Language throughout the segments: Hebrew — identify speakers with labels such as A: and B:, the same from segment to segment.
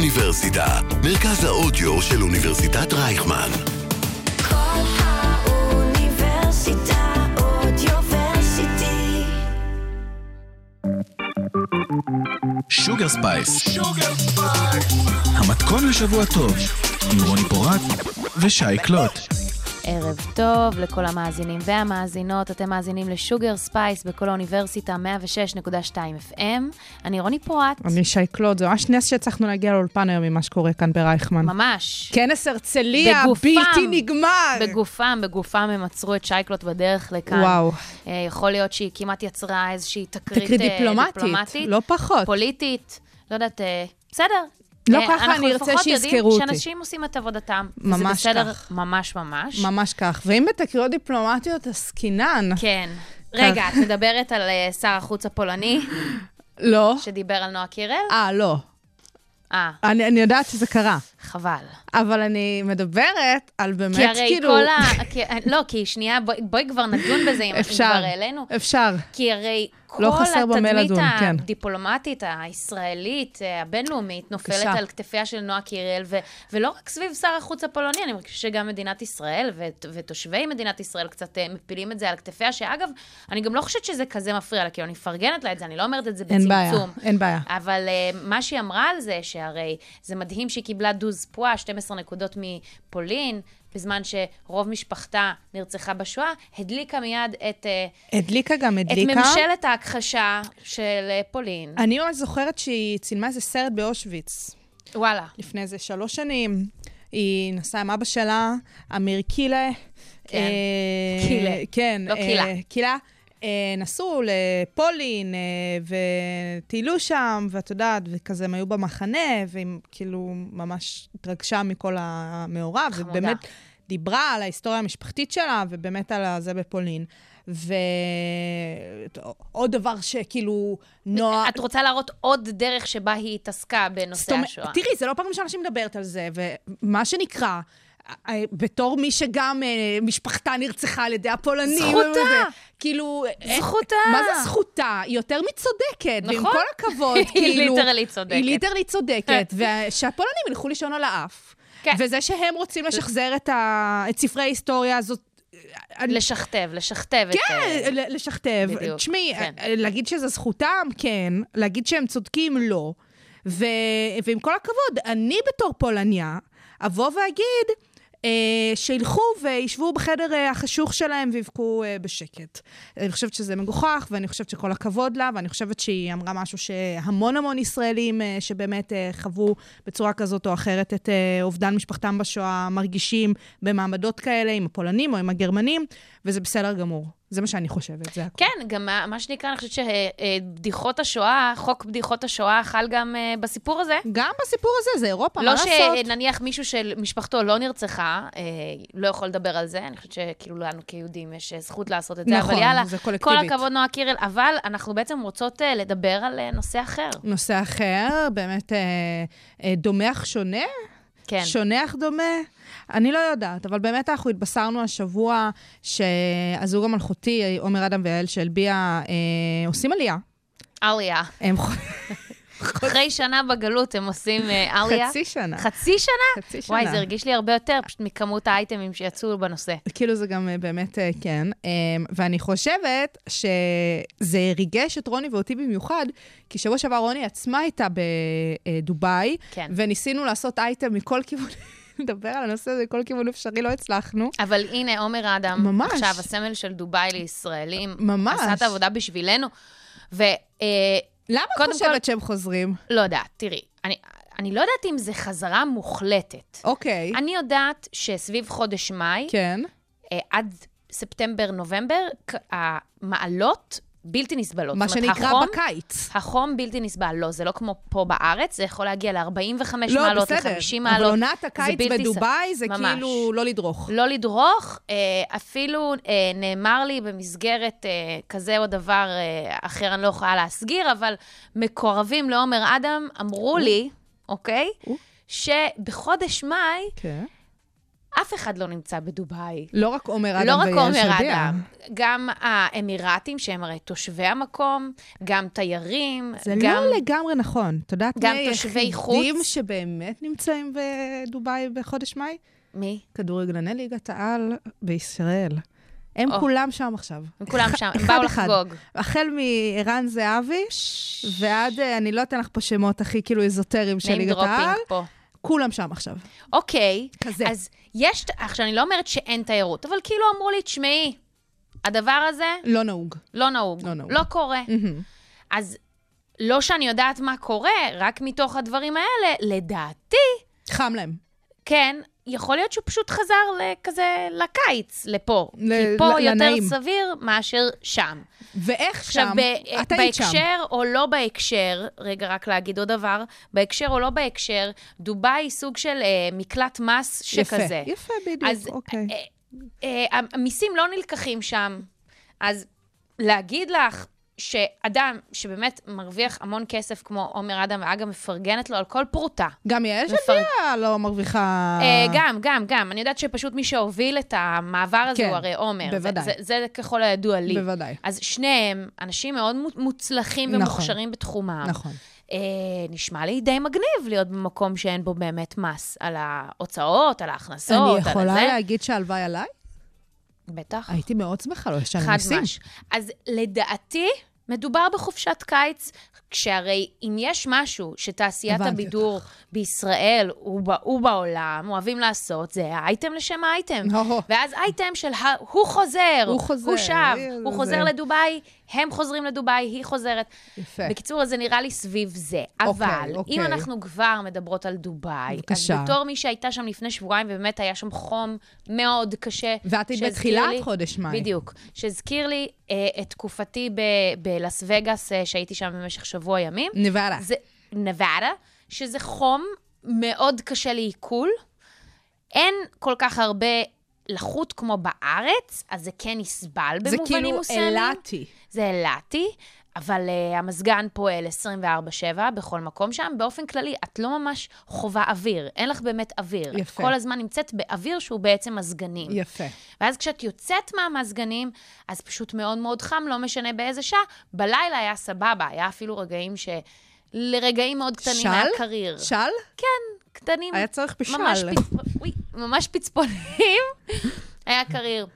A: האוניברסיטה, מרכז האודיו של אוניברסיטת רייכמן.
B: כל האוניברסיטה אודיוורסיטי.
C: שוגר ספייס. המתכון לשבוע טוב, עם רוני פורט ושי קלוט.
D: ערב טוב לכל המאזינים והמאזינות, אתם מאזינים לשוגר ספייס בכל האוניברסיטה 106.2 FM. אני רוני פורט,
E: אני שי קלוד, זה ממש נס שהצלחנו להגיע לאולפן היום ממה שקורה כאן ברייכמן.
D: ממש.
E: כנס הרצליה,
D: בגופם.
E: בלתי נגמר.
D: בגופם, בגופם הם עצרו את שייקלוט בדרך לכאן.
E: וואו.
D: אה, יכול להיות שהיא כמעט יצרה איזושהי תקרית,
E: תקרית
D: אה,
E: דיפלומטית,
D: דיפלומטית
E: לא פחות.
D: פוליטית, לא יודעת, אה, בסדר.
E: לא
D: אה,
E: ככה אני ארצה
D: אנחנו
E: שיזכרו
D: לפחות
E: אותי.
D: יודעים שאנשים עושים את עבודתם. וזה
E: ממש
D: בסדר,
E: כך.
D: ממש ממש.
E: ממש כך. ואם בתקריות דיפלומטיות עסקינן.
D: כן. רגע, את מדברת על אה, שר החוץ הפולני,
E: לא.
D: שדיבר על נועה קירל?
E: אה, לא.
D: אה,
E: אני אני יודעת שזה קרה.
D: חבל.
E: אבל אני מדברת על באמת,
D: כי הרי
E: כאילו...
D: כל ה... כי, לא, כי שנייה, בואי, בואי כבר נדון בזה אם אם
E: אפשר,
D: כבר העלינו.
E: אפשר.
D: כי הרי כל
E: לא חסר במה
D: התדמית
E: לדון, כן.
D: הדיפלומטית, הישראלית, אה, הבינלאומית, נופלת
E: בבקשה.
D: על כתפיה של נועה קירל, ו- ולא רק סביב שר החוץ הפולני, אני מרגישה שגם מדינת ישראל ות- ותושבי מדינת ישראל קצת אה, מפילים את זה על כתפיה, שאגב, אני גם לא חושבת שזה כזה מפריע לה, כי אני מפרגנת לה את זה, אני לא אומרת את זה
E: אין
D: בצמצום.
E: בעיה, אין בעיה.
D: אבל uh, מה שהיא אמרה על זה, שהרי זה מדהים שהיא קיבלה דוז פואה, 12 נקודות מפולין, בזמן שרוב משפחתה נרצחה בשואה, הדליקה מיד את, uh,
E: הדליקה גם
D: את
E: הדליקה.
D: ממשלת ההכחשה של uh, פולין.
E: אני ממש זוכרת שהיא צילמה איזה סרט באושוויץ.
D: וואלה.
E: לפני איזה שלוש שנים. היא נסעה עם אבא שלה, אמיר קילה.
D: כן.
E: אה,
D: קילה.
E: כן.
D: לא
E: אה,
D: קילה.
E: קילה. אה, נסעו לפולין אה, וטיילו שם, ואת יודעת, וכזה הם היו במחנה, והיא כאילו ממש התרגשה מכל המעורב.
D: חמודה.
E: ובאמת דיברה על ההיסטוריה המשפחתית שלה, ובאמת על זה בפולין. ועוד דבר שכאילו, נועה...
D: את רוצה להראות עוד דרך שבה היא התעסקה בנושא
E: לא, אה, זאת אומרת,
D: השואה.
E: תראי, זה לא פעם ראשונה שהיא מדברת על זה, ומה שנקרא, אה, אה, בתור מי שגם אה, משפחתה נרצחה על ידי הפולנים.
D: זכותה.
E: וזה, כאילו... אה,
D: זכותה.
E: מה זה זכותה? היא יותר מצודקת. ועם
D: נכון.
E: כל הכבוד,
D: היא
E: כאילו...
D: ליטרלי צודקת.
E: היא ליטרלי צודקת, ושהפולנים ילכו לישון על האף.
D: כן.
E: וזה שהם רוצים לשחזר את, ה... את ספרי ההיסטוריה הזאת... אני-
D: לשכתב, לשכתב את... אה,
E: כן, ל- לשכתב.
D: בדיוק,
E: תשמעי,
D: כן.
E: אה, להגיד שזה זכותם, כן. להגיד שהם צודקים, לא. ו... ועם כל הכבוד, אני בתור פולניה, אבוא ואגיד אה, שילכו וישבו בחדר אה, החשוך שלהם ויבכו אה, בשקט. אני חושבת שזה מגוחך, ואני חושבת שכל הכבוד לה, ואני חושבת שהיא אמרה משהו שהמון המון ישראלים אה, שבאמת אה, חוו בצורה כזאת או אחרת את אה, אובדן משפחתם בשואה מרגישים במעמדות כאלה עם הפולנים או עם הגרמנים, וזה בסדר גמור. זה מה שאני חושבת, זה הכול.
D: כן, גם מה- מה שנקרא, אני חושבת שבדיחות השואה, חוק בדיחות השואה חל גם אה, בסיפור הזה.
E: גם בסיפור הזה, זה אירופה, מה
D: לא
E: לעשות?
D: שנניח מישהו שמשפחתו לא נרצחה, אה, לא יכול לדבר על זה, אני חושבת שכאילו לנו כיהודים יש אה, זכות לעשות את זה,
E: נכון,
D: אבל יאללה,
E: זה
D: כל
E: קולקטיבית.
D: הכבוד נועה קירל, אבל אנחנו בעצם רוצות אה, לדבר על אה, נושא אחר.
E: נושא אחר, באמת אה, אה, דומח שונה?
D: כן.
E: שונה אך דומה? אני לא יודעת, אבל באמת אנחנו התבשרנו השבוע שהזוג המלכותי, עומר אדם ויעל שלביה, אה, עושים עלייה.
D: עליה.
E: הם ח-
D: אחרי שנה בגלות הם עושים אה, עליה.
E: חצי שנה.
D: חצי שנה?
E: חצי שנה.
D: וואי, זה הרגיש לי הרבה יותר, פשוט מכמות האייטמים שיצאו בנושא.
E: כאילו זה גם אה, באמת, אה, כן. אה, ואני חושבת שזה ריגש את רוני ואותי במיוחד, כי שבוע שעבר רוני עצמה הייתה בדובאי,
D: כן.
E: וניסינו לעשות אייטם מכל כיוון, לדבר על הנושא הזה מכל כיוון אפשרי, לא הצלחנו.
D: אבל הנה, עומר אדם,
E: ממש.
D: עכשיו הסמל של דובאי לישראלים,
E: ממש.
D: עשה את העבודה בשבילנו. ולמה
E: למה את חושבת שהם חוזרים?
D: לא יודעת, תראי, אני, אני לא יודעת אם זה חזרה מוחלטת.
E: אוקיי,
D: אני יודעת שסביב חודש מאי,
E: כן.
D: אה, עד ספטמבר-נובמבר, כ- המעלות בלתי נסבלות.
E: מה
D: זאת אומרת,
E: שנקרא
D: החום-
E: בקיץ.
D: החום בלתי נסבל, לא, זה לא כמו פה בארץ, זה יכול להגיע ל-45
E: לא,
D: מעלות,
E: בסדר.
D: ל-50
E: אבל
D: מעלות.
E: עונת
D: זה
E: הקיץ
D: בלתי ס-
E: בדובאי זה
D: ממש.
E: כאילו לא לדרוך.
D: לא לדרוך, אה, אפילו אה, נאמר לי במסגרת אה, כזה או דבר אה, אחר, אני לא יכולה להסגיר, אבל מקורבים לעומר אדם אמרו לי, אוקיי,
E: או.
D: שבחודש מאי
E: כן.
D: אף אחד לא נמצא בדובאי.
E: לא רק עומר אדם
D: לא רק
E: ויעל
D: עומר
E: שרדיה.
D: אדם, גם האמירתים, שהם הרי תושבי המקום, גם תיירים,
E: זה
D: גם...
E: לא לגמרי נכון. את יודעת
D: גם
E: מי
D: תושבי
E: היחידים
D: חוץ?
E: שבאמת נמצאים בדובאי בחודש מאי?
D: מי?
E: כדורגלני ליגת העל בישראל. הם
D: או.
E: כולם שם עכשיו.
D: הם כולם
E: אח-
D: שם, הם
E: אחד
D: באו
E: אחד.
D: לחגוג.
E: החל מערן זהבי, ועד, אה, אני לא אתן לך פה שמות הכי כאילו אזוטריים של
D: נעים
E: ליגת העל,
D: דרופינג פה.
E: כולם שם עכשיו.
D: אוקיי.
E: כזה.
D: אז יש, עכשיו, אני לא אומרת שאין תיירות, אבל כאילו אמרו לי, תשמעי, הדבר הזה
E: לא נהוג.
D: לא נהוג.
E: לא נהוג.
D: לא קורה. אז לא שאני יודעת מה קורה, רק מתוך הדברים האלה, לדעתי,
E: חם להם.
D: כן, יכול להיות שהוא פשוט חזר לכזה, לקיץ, לפה.
E: ל-
D: כי פה
E: ל-
D: יותר
E: לנעים.
D: סביר מאשר שם.
E: ואיך
D: עכשיו,
E: שם?
D: ב-
E: את היית שם.
D: בהקשר או לא בהקשר, רגע, רק להגיד עוד דבר, בהקשר או לא בהקשר, דובאי היא סוג של אה, מקלט מס
E: יפה,
D: שכזה.
E: יפה, בדיוק,
D: אז,
E: אוקיי.
D: אה, אה, אה, המיסים לא נלקחים שם, אז להגיד לך שאדם שבאמת מרוויח המון כסף כמו עומר אדם, ואגב, מפרגנת לו על כל פרוטה.
E: גם יעל
D: מפרק-
E: שדיה לא מרוויחה...
D: אה, גם, גם, גם. אני יודעת שפשוט מי שהוביל את המעבר הזה
E: כן,
D: הוא הרי עומר. זה-
E: בוודאי.
D: זה, זה ככל הידוע לי.
E: בוודאי.
D: אז שניהם אנשים מאוד מו- מוצלחים
E: נכון.
D: ומוכשרים בתחומם.
E: נכון.
D: אה, נשמע לי די מגניב להיות במקום שאין בו באמת מס על ההוצאות, על ההכנסות, על
E: אני
D: זה.
E: יכולה להגיד שהלוואי עליי?
D: בטח.
E: הייתי מאוד שמחה, לא ישן
D: חד
E: מיסים.
D: מש. אז לדעתי, מדובר בחופשת קיץ, כשהרי אם יש משהו שתעשיית
E: הבנתי
D: הבידור אותך. בישראל וב- ובעולם אוהבים לעשות, זה האייטם לשם האייטם.
E: הו.
D: ואז אייטם של ה... הוא חוזר,
E: הוא חוזר,
D: הוא שב,
E: אה,
D: הוא
E: זה-
D: חוזר לדובאי, הם חוזרים לדובאי, היא חוזרת.
E: יפה.
D: בקיצור, אז זה נראה לי סביב זה.
E: אוקיי,
D: אבל
E: אוקיי.
D: אם אנחנו כבר מדברות על דובאי, אז
E: בבקשה.
D: בתור מי שהייתה שם לפני שבועיים, ובאמת היה שם חום מאוד קשה.
E: ואת היית
D: שהזכיר
E: בתחילת
D: לי-
E: חודש מאי.
D: בדיוק. שהזכיר לי אה, את תקופתי ב- בלאס וגאס, אה, שהייתי שם במשך שבוע ימים.
E: נבלה.
D: זה נבדה, שזה חום מאוד קשה לעיכול. אין כל כך הרבה לחות כמו בארץ, אז זה כן נסבל
E: זה
D: במובנים
E: כאילו
D: מסוימים.
E: אילתי.
D: זה אילתי, אבל uh, המזגן פועל 24-7 בכל מקום שם. באופן כללי, את לא ממש חווה אוויר, אין לך באמת אוויר.
E: יפה.
D: את כל הזמן נמצאת באוויר שהוא בעצם מזגנים.
E: יפה.
D: ואז כשאת יוצאת מהמזגנים, אז פשוט מאוד מאוד חם, לא משנה באיזה שעה. בלילה היה סבבה, היה אפילו רגעים ש... לרגעים מאוד קטנים
E: של?
D: היה קריר.
E: של?
D: כן, קטנים.
E: היה צריך בשל.
D: ממש, פצפ... אוי, ממש פצפונים. היה קריר.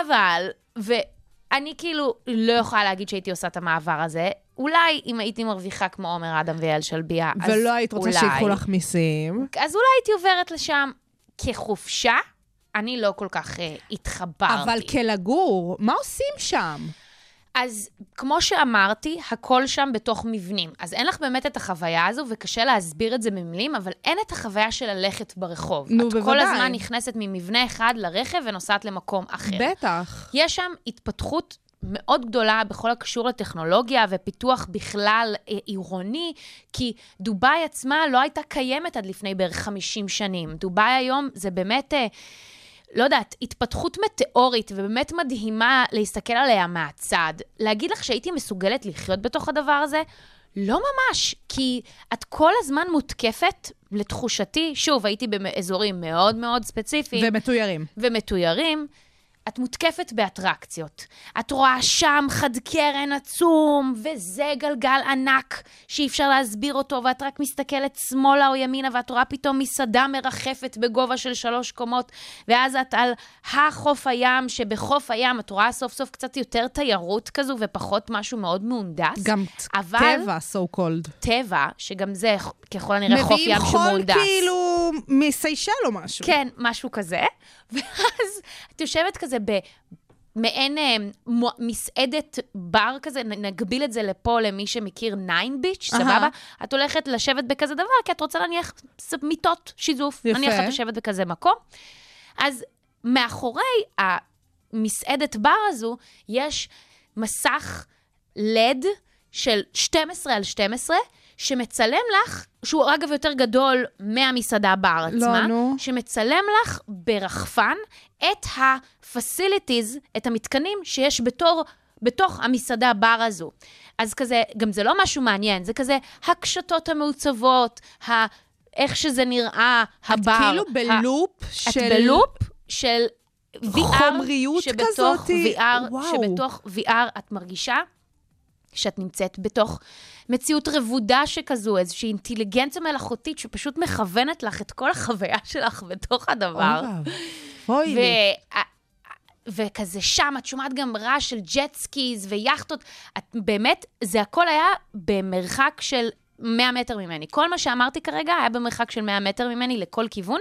D: אבל, ואני כאילו לא יכולה להגיד שהייתי עושה את המעבר הזה. אולי אם הייתי מרוויחה כמו עומר אדם ויעל שלביה, אז
E: ולא היית רוצה
D: אולי.
E: שיקחו לך מיסים.
D: אז אולי הייתי עוברת לשם כחופשה. אני לא כל כך אה, התחברתי.
E: אבל כלגור, מה עושים שם?
D: אז כמו שאמרתי, הכל שם בתוך מבנים. אז אין לך באמת את החוויה הזו, וקשה להסביר את זה במילים, אבל אין את החוויה של ללכת ברחוב.
E: נו,
D: את כל
E: בוודאי.
D: הזמן נכנסת ממבנה אחד לרכב ונוסעת למקום אחר.
E: בטח.
D: יש שם התפתחות מאוד גדולה בכל הקשור לטכנולוגיה ופיתוח בכלל אה, עירוני, כי דובאי עצמה לא הייתה קיימת עד לפני בערך 50 שנים. דובאי היום זה באמת... אה, לא יודעת, התפתחות מטאורית ובאמת מדהימה להסתכל עליה מהצד. להגיד לך שהייתי מסוגלת לחיות בתוך הדבר הזה? לא ממש, כי את כל הזמן מותקפת, לתחושתי, שוב, הייתי באזורים מאוד מאוד ספציפיים.
E: ומתוירים.
D: ומתוירים, את מותקפת באטרקציות. את רואה שם חד קרן עצום, וזה גלגל ענק שאי אפשר להסביר אותו, ואת רק מסתכלת שמאלה או ימינה, ואת רואה פתאום מסעדה מרחפת בגובה של שלוש קומות, ואז את על החוף הים, שבחוף הים את רואה סוף סוף קצת יותר תיירות כזו, ופחות משהו מאוד מהונדס.
E: גם
D: אבל-
E: טבע, so called.
D: טבע, שגם זה ככל הנראה חוף ים שהוא
E: חול
D: מהונדס.
E: כאילו מסיישל או משהו.
D: כן, משהו כזה. ואז את יושבת כזה במעין אה, מו- מסעדת בר כזה, נ- נגביל את זה לפה למי שמכיר ניין ביץ',
E: אהה.
D: סבבה? את הולכת לשבת בכזה דבר, כי את רוצה להניח ס- מיטות שיזוף.
E: יפה.
D: נניח את יושבת בכזה מקום. אז מאחורי המסעדת בר הזו, יש מסך לד של 12 על 12, שמצלם לך, שהוא אגב יותר גדול מהמסעדה בר
E: לא,
D: עצמה,
E: נו.
D: שמצלם לך ברחפן את ה-facilities, את המתקנים שיש בתור... בתוך המסעדה בר הזו. אז כזה, גם זה לא משהו מעניין, זה כזה הקשתות המעוצבות, ה... איך שזה נראה, הבר.
E: כאילו
D: ה-
E: בלופ
D: את
E: של...
D: בלופ של VR.
E: חומריות
D: שבתוך
E: כזאתי.
D: VR,
E: וואו.
D: שבתוך VR את מרגישה שאת נמצאת בתוך מציאות רבודה שכזו, איזושהי אינטליגנציה מלאכותית שפשוט מכוונת לך את כל החוויה שלך בתוך הדבר.
E: אוי, לי.
D: ו- וכזה שם, את שומעת גם רעש של ג'ט סקיז ויאכטות. את באמת, זה הכל היה במרחק של 100 מטר ממני. כל מה שאמרתי כרגע היה במרחק של 100 מטר ממני לכל כיוון.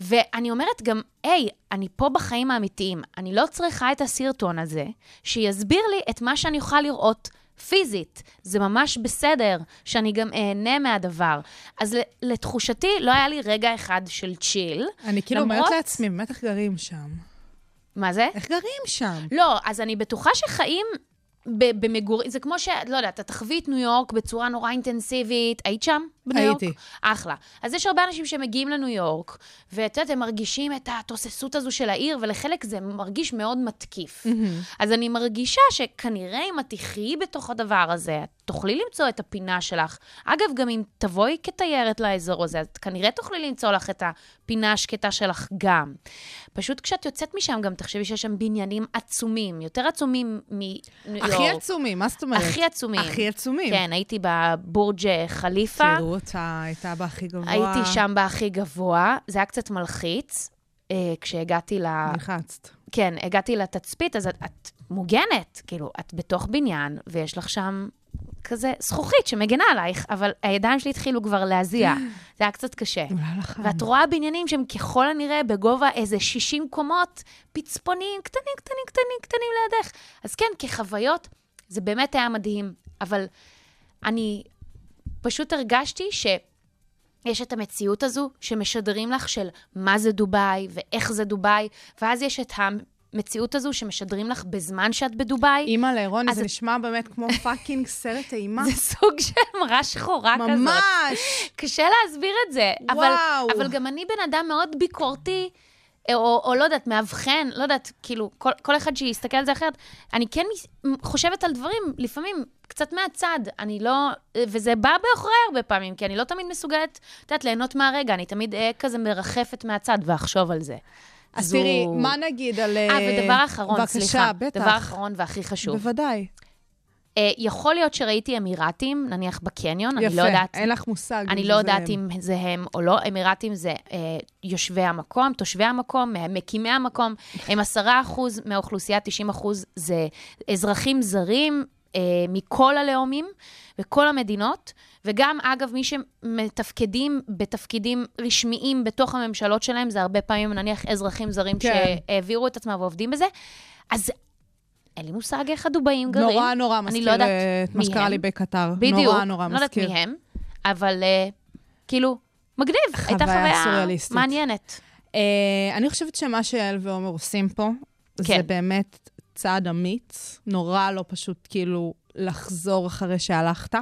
D: ואני אומרת גם, היי, אני פה בחיים האמיתיים, אני לא צריכה את הסרטון הזה, שיסביר לי את מה שאני אוכל לראות פיזית. זה ממש בסדר שאני גם אהנה מהדבר. אז ל- לתחושתי, לא היה לי רגע אחד של צ'יל.
E: אני כאילו אומרת
D: למרות-
E: לעצמי, באמת איך גרים שם?
D: מה זה?
E: איך גרים שם?
D: לא, אז אני בטוחה שחיים ב- במגורים, זה כמו ש... לא יודעת, את תחווי את ניו יורק בצורה נורא אינטנסיבית. היית שם? בניו יורק?
E: הייתי.
D: אחלה. אז יש הרבה אנשים שמגיעים לניו יורק, ואת יודעת, הם מרגישים את התוססות הזו של העיר, ולחלק זה מרגיש מאוד מתקיף.
E: Mm-hmm.
D: אז אני מרגישה שכנראה אם את תחיי בתוך הדבר הזה, את תוכלי למצוא את הפינה שלך. אגב, גם אם תבואי כתיירת לאזור הזה, את כנראה תוכלי למצוא לך את הפינה השקטה שלך גם. פשוט כשאת יוצאת משם, גם תחשבי שיש שם בניינים עצומים, יותר עצומים מניו יורק.
E: הכי עצומים, מה זאת אומרת?
D: הכי עצומים.
E: הכי עצומים. כן.
D: כן, הייתי בבורג' חליפה.
E: תראו אותה, הייתה בהכי גבוה.
D: הייתי שם בהכי גבוה, זה היה קצת מלחיץ. אה, כשהגעתי ל...
E: נלחצת.
D: כן, הגעתי לתצפית, אז את, את מוגנת. כאילו, את בתוך בניין, ויש לך שם כזה זכוכית שמגנה עלייך, אבל הידיים שלי התחילו כבר להזיע. זה היה קצת קשה.
E: נולד לך.
D: כן. ואת רואה בניינים שהם ככל הנראה בגובה איזה 60 קומות, פצפונים קטנים, קטנים, קטנים, קטנים לידך. אז כן, כחוויות, זה באמת היה מדהים, אבל אני פשוט הרגשתי ש... יש את המציאות הזו שמשדרים לך של מה זה דובאי ואיך זה דובאי, ואז יש את המציאות הזו שמשדרים לך בזמן שאת בדובאי.
E: אימא לרוני,
D: אז-
E: זה נשמע באמת כמו פאקינג סרט אימה.
D: זה סוג של מראה שחורה כזאת.
E: ממש!
D: קשה להסביר את זה. אבל,
E: וואו.
D: אבל גם אני בן אדם מאוד ביקורתי, או, או לא יודעת, מאבחן, לא יודעת, כאילו, כל, כל אחד שיסתכל על זה אחרת. אני כן מס- חושבת על דברים, לפעמים, קצת מהצד. אני לא... וזה בא באחורי הרבה פעמים, כי אני לא תמיד מסוגלת, את יודעת, ליהנות מהרגע. אני תמיד אה, כזה מרחפת מהצד ואחשוב על זה.
E: אז
D: זו-
E: תראי, מה נגיד על...
D: אה, ודבר אחרון,
E: בבקשה,
D: סליחה.
E: בטח.
D: דבר אחרון והכי חשוב.
E: בוודאי.
D: אה, יכול להיות שראיתי אמירתים, נניח בקניון, אני לא
E: יפה,
D: יודעת...
E: אין לך מושג.
D: אני
E: אם
D: לא
E: זה
D: יודעת
E: הם.
D: אם זה הם או לא, אמירתים זה אה, יושבי המקום, תושבי המקום, מה- מקימי המקום, הם עשרה אחוז מהאוכלוסייה, 90 אחוז זה אזרחים זרים. אה, מכל הלאומים וכל המדינות, וגם, אגב, מי שמתפקדים בתפקידים רשמיים בתוך הממשלות שלהם, זה הרבה פעמים, נניח, אזרחים זרים
E: כן.
D: שהעבירו את עצמם ועובדים בזה. אז אין לי מושג איך הדובאים גרים.
E: נורא נורא
D: אני
E: מזכיר אה,
D: לא יודעת
E: את מה
D: מי
E: שקרה
D: הם.
E: לי בקטר.
D: בדיוק.
E: נורא נורא
D: לא
E: מזכיר.
D: יודעת מי הם, אבל אה, כאילו, מגניב. הייתה
E: חוויה
D: חוויה
E: סוריאליסטית.
D: מעניינת.
E: אה, אני חושבת שמה שיעל ועומר עושים פה, זה
D: כן.
E: באמת צעד אמיץ, נורא לא פשוט כאילו לחזור אחרי שהלכת.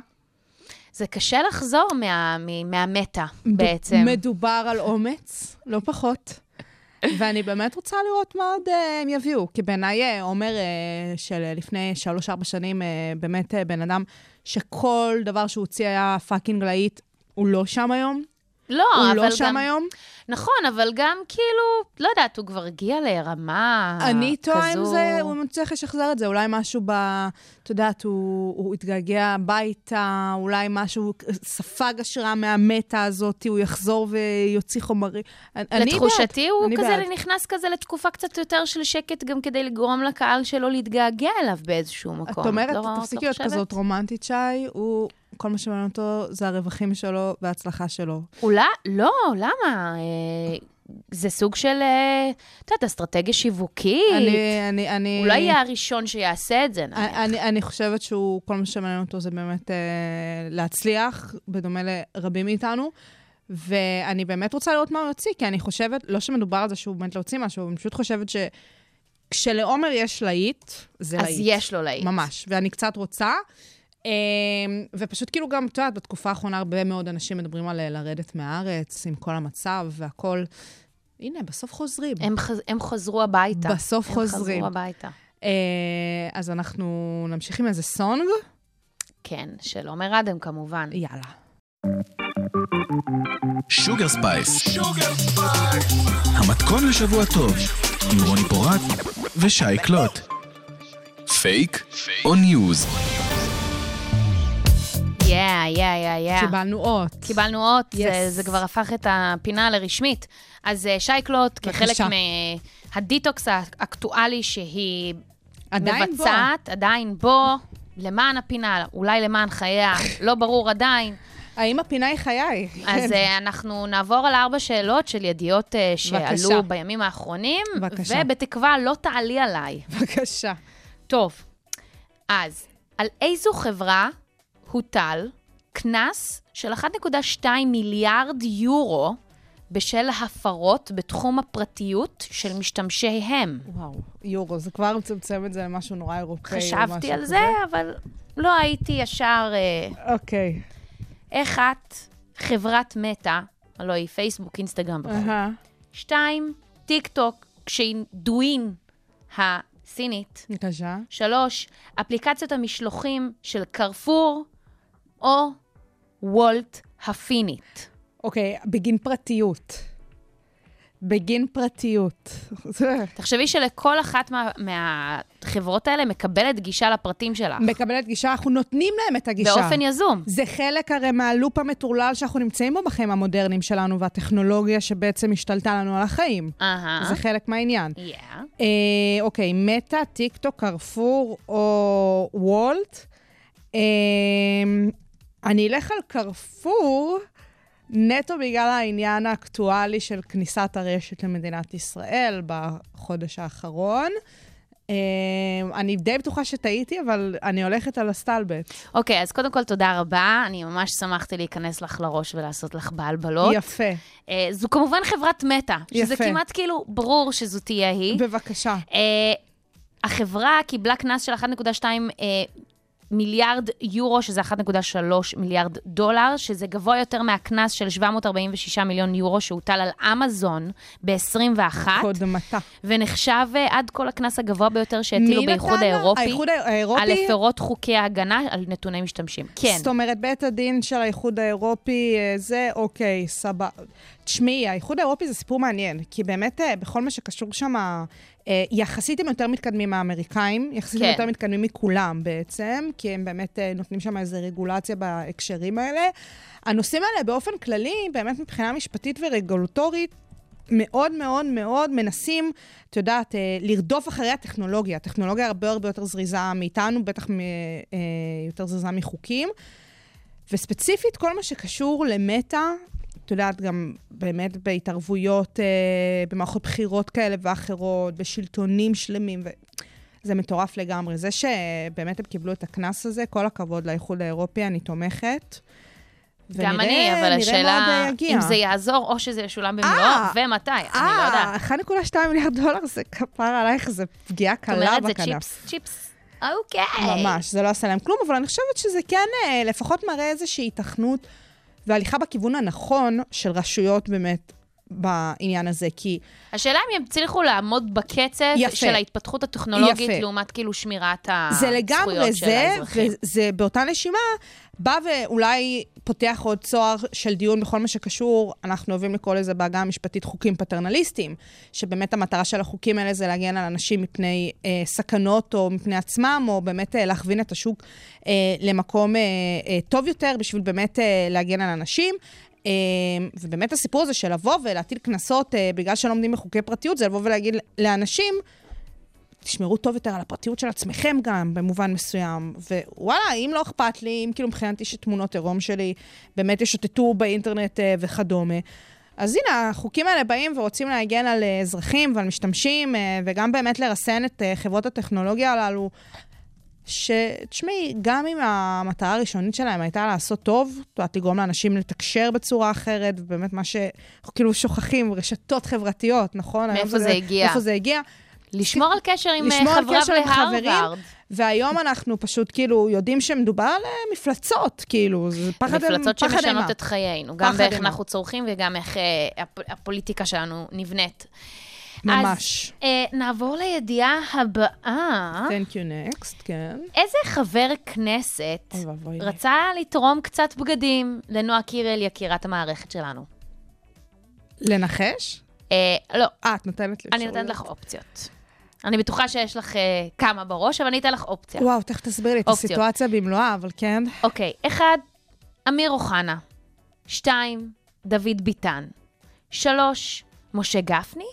D: זה קשה לחזור מה, מ- מהמטה בעצם.
E: מדובר על אומץ, לא פחות. ואני באמת רוצה לראות מה עוד אה, הם יביאו, כי בעיניי אה, עומר אה, של אה, לפני שלוש-ארבע שנים, אה, באמת אה, בן אדם שכל דבר שהוא הוציא היה פאקינג להיט, הוא לא שם היום.
D: לא,
E: הוא
D: אבל
E: לא שם
D: גם...
E: היום.
D: נכון, אבל גם כאילו, לא יודעת, הוא כבר הגיע לרמה כזו.
E: אני טועה אם זה, הוא מצליח לשחזר את זה, אולי משהו ב... את יודעת, הוא, הוא התגעגע הביתה, אולי משהו, ספג השראה מהמטה הזאת, הוא יחזור ויוציא חומרים. אני- אני בעד,
D: לתחושתי הוא
E: אני
D: כזה
E: בעד.
D: נכנס כזה לתקופה קצת יותר של שקט, גם כדי לגרום לקהל שלו להתגעגע אליו באיזשהו מקום.
E: את אומרת,
D: לא- לא
E: תפסיקי להיות
D: חושבת?
E: כזאת רומנטית, שי, הוא, כל מה שמעניין אותו זה הרווחים שלו וההצלחה שלו.
D: אולי, לא, למה? אה, זה סוג של, אה, את יודעת, אסטרטגיה שיווקית.
E: אני, אה, אני, אני...
D: הוא לא יהיה הראשון שיעשה את זה, נניח.
E: אני, אני, אני חושבת שהוא, כל מה שמעניין אותו זה באמת אה, להצליח, בדומה לרבים מאיתנו. ואני באמת רוצה לראות מה הוא יוציא, כי אני חושבת, לא שמדובר על זה שהוא באמת לא הוציא משהו, אני פשוט חושבת ש... כשלעומר יש להיט, זה
D: אז
E: להיט.
D: יש לו להיט.
E: ממש, ואני קצת רוצה. אה, ופשוט כאילו גם, את יודעת, בתקופה האחרונה הרבה מאוד אנשים מדברים על אה, לרדת מהארץ, עם כל המצב והכול. הנה, בסוף חוזרים.
D: הם, חז... הם חזרו הביתה.
E: בסוף
D: הם
E: חוזרים.
D: חזרו הביתה.
E: אה, אז אנחנו נמשיך עם איזה סונג.
D: כן, של עומר אדם כמובן.
E: יאללה.
C: שוגר ספייס. המתכון לשבוע טוב, עם רוני פורט ושי קלוט. פייק או ניוז?
D: יא, יא, יא, יא.
E: קיבלנו אות.
D: אה. קיבלנו אות, yes.
E: Yes.
D: זה, זה כבר הפך את הפינה לרשמית. אז אה, שי קלוט, כחלק
E: בבקשה.
D: מהדיטוקס האקטואלי שהיא
E: עדיין בו.
D: מבצעת, עדיין בו, למען הפינה, אולי למען חייה, לא ברור עדיין.
E: האם הפינה היא חיי? כן,
D: אז אה, אנחנו נעבור על ארבע שאלות של ידיעות אה,
E: בבקשה.
D: שעלו בימים האחרונים,
E: בבקשה.
D: ובתקווה לא תעלי עליי.
E: בבקשה.
D: טוב, אז על איזו חברה הוטל קנס של 1.2 מיליארד יורו בשל הפרות בתחום הפרטיות של משתמשיהם?
E: וואו, יורו, זה כבר מצמצם את זה למשהו נורא אירופאי. או
D: חשבתי
E: אוקיי, לא משהו
D: על
E: כזה.
D: זה, אבל לא הייתי ישר... אה,
E: אוקיי.
D: איך את, חברת מטא, הלוא היא פייסבוק, אינסטגרם וכו',
E: אהה.
D: שתיים, טיק טוק, כשהיא דווין הסינית,
E: בבקשה.
D: שלוש, אפליקציות המשלוחים של קרפור או וולט הפינית.
E: אוקיי, בגין פרטיות. בגין פרטיות. זה-
D: תחשבי שלכל אחת מה, מהחברות האלה מקבלת גישה לפרטים שלך.
E: מקבלת גישה, אנחנו נותנים להם את הגישה.
D: באופן יזום.
E: זה חלק הרי מהלופ המטורלל שאנחנו נמצאים בו בחיים המודרניים שלנו, והטכנולוגיה שבעצם השתלטה לנו על החיים.
D: אהה.
E: זה חלק מהעניין.
D: Yeah.
E: אה, אוקיי, מטא, טיקטוק, קרפור או וולט. אה, אני אלך על קרפור נטו בגלל העניין האקטואלי של כניסת הרשת למדינת ישראל בחודש האחרון. אה, אני די בטוחה שטעיתי, אבל אני הולכת על הסטלבט.
D: אוקיי, אז קודם כל תודה רבה. אני ממש שמחתי להיכנס לך לראש ולעשות לך בעלבלות.
E: יפה.
D: אה, זו כמובן חברת מטא, שזה
E: יפה.
D: כמעט כאילו ברור שזו תהיה היא.
E: בבקשה.
D: אה, החברה קיבלה קנס של 1.2 אה, מיליארד יורו, שזה 1.3 מיליארד דולר, שזה גבוה יותר מהקנס של 746 מיליון יורו שהוטל על אמזון ב-21,
E: קודמתה.
D: ונחשב אה, עד כה לקנס הגבוה ביותר שהטילו
E: מי נתן
D: כאילו באיחוד
E: לה?
D: האירופי.
E: האיחוד
D: על
E: האירופי?
D: הפרות חוקי ההגנה על נתוני משתמשים. כן.
E: זאת אומרת, בית הדין של האיחוד האירופי, אה, זה, אוקיי, סבבה. תשמעי, האיחוד האירופי זה סיפור מעניין, כי באמת, אה, בכל מה שקשור שם, אה, יחסית הם יותר מתקדמים מהאמריקאים, יחסית הם
D: כן.
E: יותר מתקדמים מכולם בעצם, כי הם באמת אה, נותנים שם איזו רגולציה בהקשרים האלה. הנושאים האלה באופן כללי, באמת מבחינה משפטית ורגולטורית, מאוד מאוד מאוד מנסים, את יודעת, אה, לרדוף אחרי הטכנולוגיה. הטכנולוגיה הרבה הרבה יותר זריזה מאיתנו, בטח מ- אה, יותר זריזה מחוקים. וספציפית, כל מה שקשור למטא, את יודעת, גם באמת בהתערבויות, אה, במערכות בחירות כאלה ואחרות, בשלטונים שלמים, ו... זה מטורף לגמרי. זה שבאמת הם קיבלו את הקנס הזה, כל הכבוד לאיחוד האירופי, אני תומכת.
D: גם
E: ונראה-
D: אני, אבל
E: נראה
D: השאלה
E: מה עוד יגיע.
D: אם זה יעזור או שזה ישולם במלואו,
E: אה,
D: ומתי, אני לא
E: אה,
D: יודעת.
E: 1.2 מיליארד דולר זה כפר עלייך, זה פגיעה
D: זאת
E: קלה
D: אומרת, זה
E: בכנף.
D: צ'יפס, צ'יפס. אוקיי.
E: ממש, זה לא עשה להם כלום, אבל אני חושבת שזה כן אה, לפחות מראה איזושהי התכנות והליכה בכיוון הנכון של רשויות באמת בעניין הזה, כי
D: השאלה אם הם יצליחו לעמוד בקצב
E: יפה.
D: של ההתפתחות הטכנולוגית
E: יפה.
D: לעומת כאילו שמירת
E: זה לגמרי
D: הזכויות של
E: זה,
D: האזרחים.
E: וזה באותה נשימה, בא ואולי פותח עוד צוהר של דיון בכל מה שקשור, אנחנו אוהבים לקרוא לזה בעגה המשפטית חוקים פטרנליסטיים, שבאמת המטרה של החוקים האלה זה להגן על אנשים מפני אה, סכנות או מפני עצמם, או באמת אה, להכווין את השוק אה, למקום אה, אה, טוב יותר, בשביל באמת אה, להגן על אנשים. אה, ובאמת הסיפור הזה של לבוא ולהטיל קנסות אה, בגלל שלא עומדים בחוקי פרטיות, זה לבוא ולהגיד לאנשים, תשמרו טוב יותר על הפרטיות של עצמכם גם, במובן מסוים. ווואלה, אם לא אכפת לי, אם כאילו מבחינתי שתמונות עירום שלי באמת ישוטטו באינטרנט אה, וכדומה. אז הנה, החוקים האלה באים ורוצים להגן על אה, אזרחים ועל משתמשים, אה, וגם באמת לרסן את אה, חברות הטכנולוגיה הללו, שתשמעי, גם אם המטרה הראשונית שלהם הייתה לעשות טוב, את יודעת, לגרום לאנשים לתקשר בצורה אחרת, ובאמת מה שאנחנו כאילו שוכחים, רשתות חברתיות, נכון? היום
D: מאיפה זה הגיע?
E: מאיפה זה הגיע?
D: לשמור על קשר עם
E: לשמור
D: אה,
E: על
D: חבריו
E: קשר עם
D: להרווארד.
E: חברים, והיום אנחנו פשוט כאילו יודעים שמדובר על אה, מפלצות, כאילו, זה פחד אימה.
D: מפלצות
E: פחד
D: שמשנות
E: אימה.
D: את חיינו, גם
E: פחד
D: באיך
E: אימה.
D: אנחנו צורכים וגם איך אה, הפ- הפוליטיקה שלנו נבנית.
E: ממש.
D: אז אה, נעבור לידיעה הבאה.
E: Thank you next, כן.
D: איזה חבר כנסת
E: אוי ואבוי לי.
D: רצה לתרום קצת בגדים לנועה קירל, יקירת המערכת שלנו?
E: לנחש?
D: אה, לא,
E: אה, את נותנת לי
D: אני
E: אפשרויות.
D: נותנת לך אופציות. אני בטוחה שיש לך אה, כמה בראש, אבל אני אתן לך אופציה.
E: וואו, תכף תסביר לי את
D: אופציות.
E: הסיטואציה במלואה, אבל כן.
D: אוקיי, אחד, אמיר אוחנה. שתיים, דוד ביטן. שלוש, משה גפני.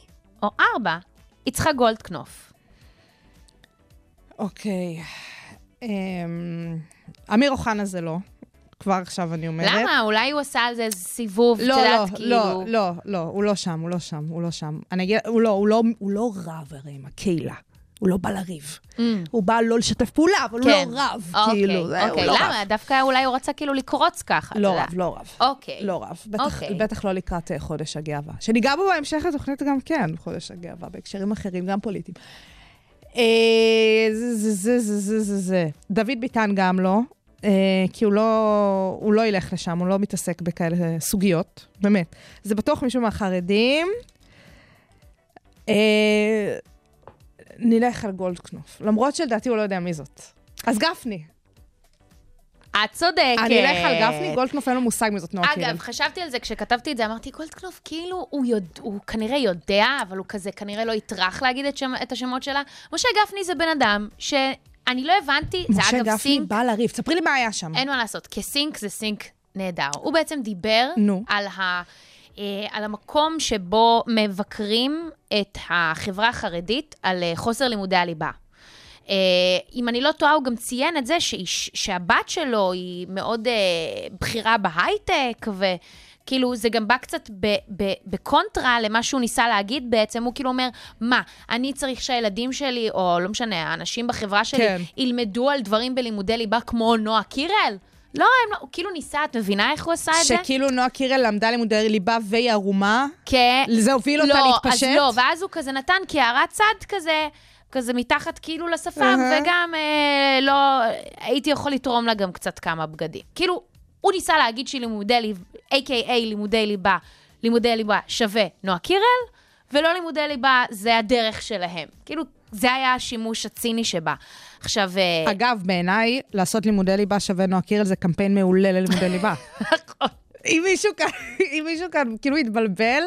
D: או ארבע, יצחק גולדקנופ.
E: אוקיי. אמ, אמיר אוחנה זה לא, כבר עכשיו אני אומרת.
D: למה? אולי הוא עשה על זה איזה סיבוב, את
E: לא,
D: יודעת,
E: לא,
D: כאילו...
E: לא, לא, לא, הוא לא שם, הוא לא שם, הוא לא שם. אני אגיד, הוא לא, הוא לא, הוא לא רב הרי עם הקהילה. הוא לא בא לריב. הוא בא לא לשתף פעולה, אבל
D: Mm. כן.
E: הוא לא רב,
D: אוקיי,
E: כאילו, זה- הוא
D: אוקיי,
E: לא
D: למה?
E: רב.
D: דווקא אולי הוא רצה כאילו לקרוץ ככה,
E: לא
D: אתה יודע.
E: רב, לא רב.
D: אוקיי.
E: לא רב, בטח,
D: אוקיי.
E: בטח לא לקראת אה, חודש הגאווה. שניגע בו בהמשך התוכנית גם כן, חודש הגאווה, בהקשרים אחרים, גם פוליטיים. אה, זה, זה, זה, זה, זה, זה, זה. דוד ביטן גם לא, אה, כי הוא לא, הוא לא ילך לשם, הוא לא מתעסק בכאלה סוגיות, באמת. זה בטוח מישהו מהחרדים. אה, נלך על גולדקנופ, למרות שלדעתי הוא לא יודע מי זאת. אז גפני,
D: את צודקת.
E: אני אלך על גפני, גולדקנופ אין לו מושג מי זאת נועה
D: כן. אגב, חשבתי על זה כשכתבתי את זה, אמרתי, גולדקנופ, כאילו, הוא, יודע, הוא כנראה יודע, אבל הוא כזה כנראה לא יטרח להגיד את, שם, את השמות שלה. משה גפני זה בן אדם שאני לא הבנתי, זה
E: משה
D: אגב
E: גפני
D: סינק,
E: בא לריב, תספרי לי מה היה שם.
D: אין מה לעשות, כסינק זה סינק נהדר. הוא בעצם דיבר
E: נו.
D: על, ה, אה, על המקום שבו מבקרים את החברה החרדית על אה, חוסר לימודי הליבה. אה, אם אני לא טועה, הוא גם ציין את זה שאיש, שהבת שלו היא מאוד אה, בכירה בהייטק, וכאילו זה גם בא קצת ב, ב, בקונטרה למה שהוא ניסה להגיד בעצם. הוא כאילו אומר, מה, אני צריך שהילדים שלי, או לא משנה, האנשים בחברה שלי,
E: כן.
D: כן. ילמדו על דברים בלימודי ליבה כמו נועה קירל? לא, הם לא, הוא כאילו ניסה, את מבינה איך הוא עשה את זה?
E: שכאילו נועה קירל למדה לימודי ליבה והיא ערומה,
D: כן.
E: זה הוביל אותה להתפשט?
D: לא, אז לא, ואז הוא כזה נתן כהערת צד כזה, כזה מתחת כאילו לשפם,
E: אהה.
D: וגם אה, לא, הייתי יכול לתרום לה גם קצת כמה בגדים. כאילו, הוא ניסה להגיד שלימודי ליבה, a.k.a לימודי ליבה, לימודי ליבה שווה נועה קירל, ולא לימודי ליבה זה הדרך שלהם. כאילו, זה היה השימוש הציני שבה. עכשיו... אה,
E: אגב, בעיניי, לעשות לימודי ליבה שווה נועה קירל זה קמפיין מעולה ללימודי ליבה.
D: נכון.
E: אם מישהו כאן, אם מישהו כאן כאילו התבלבל,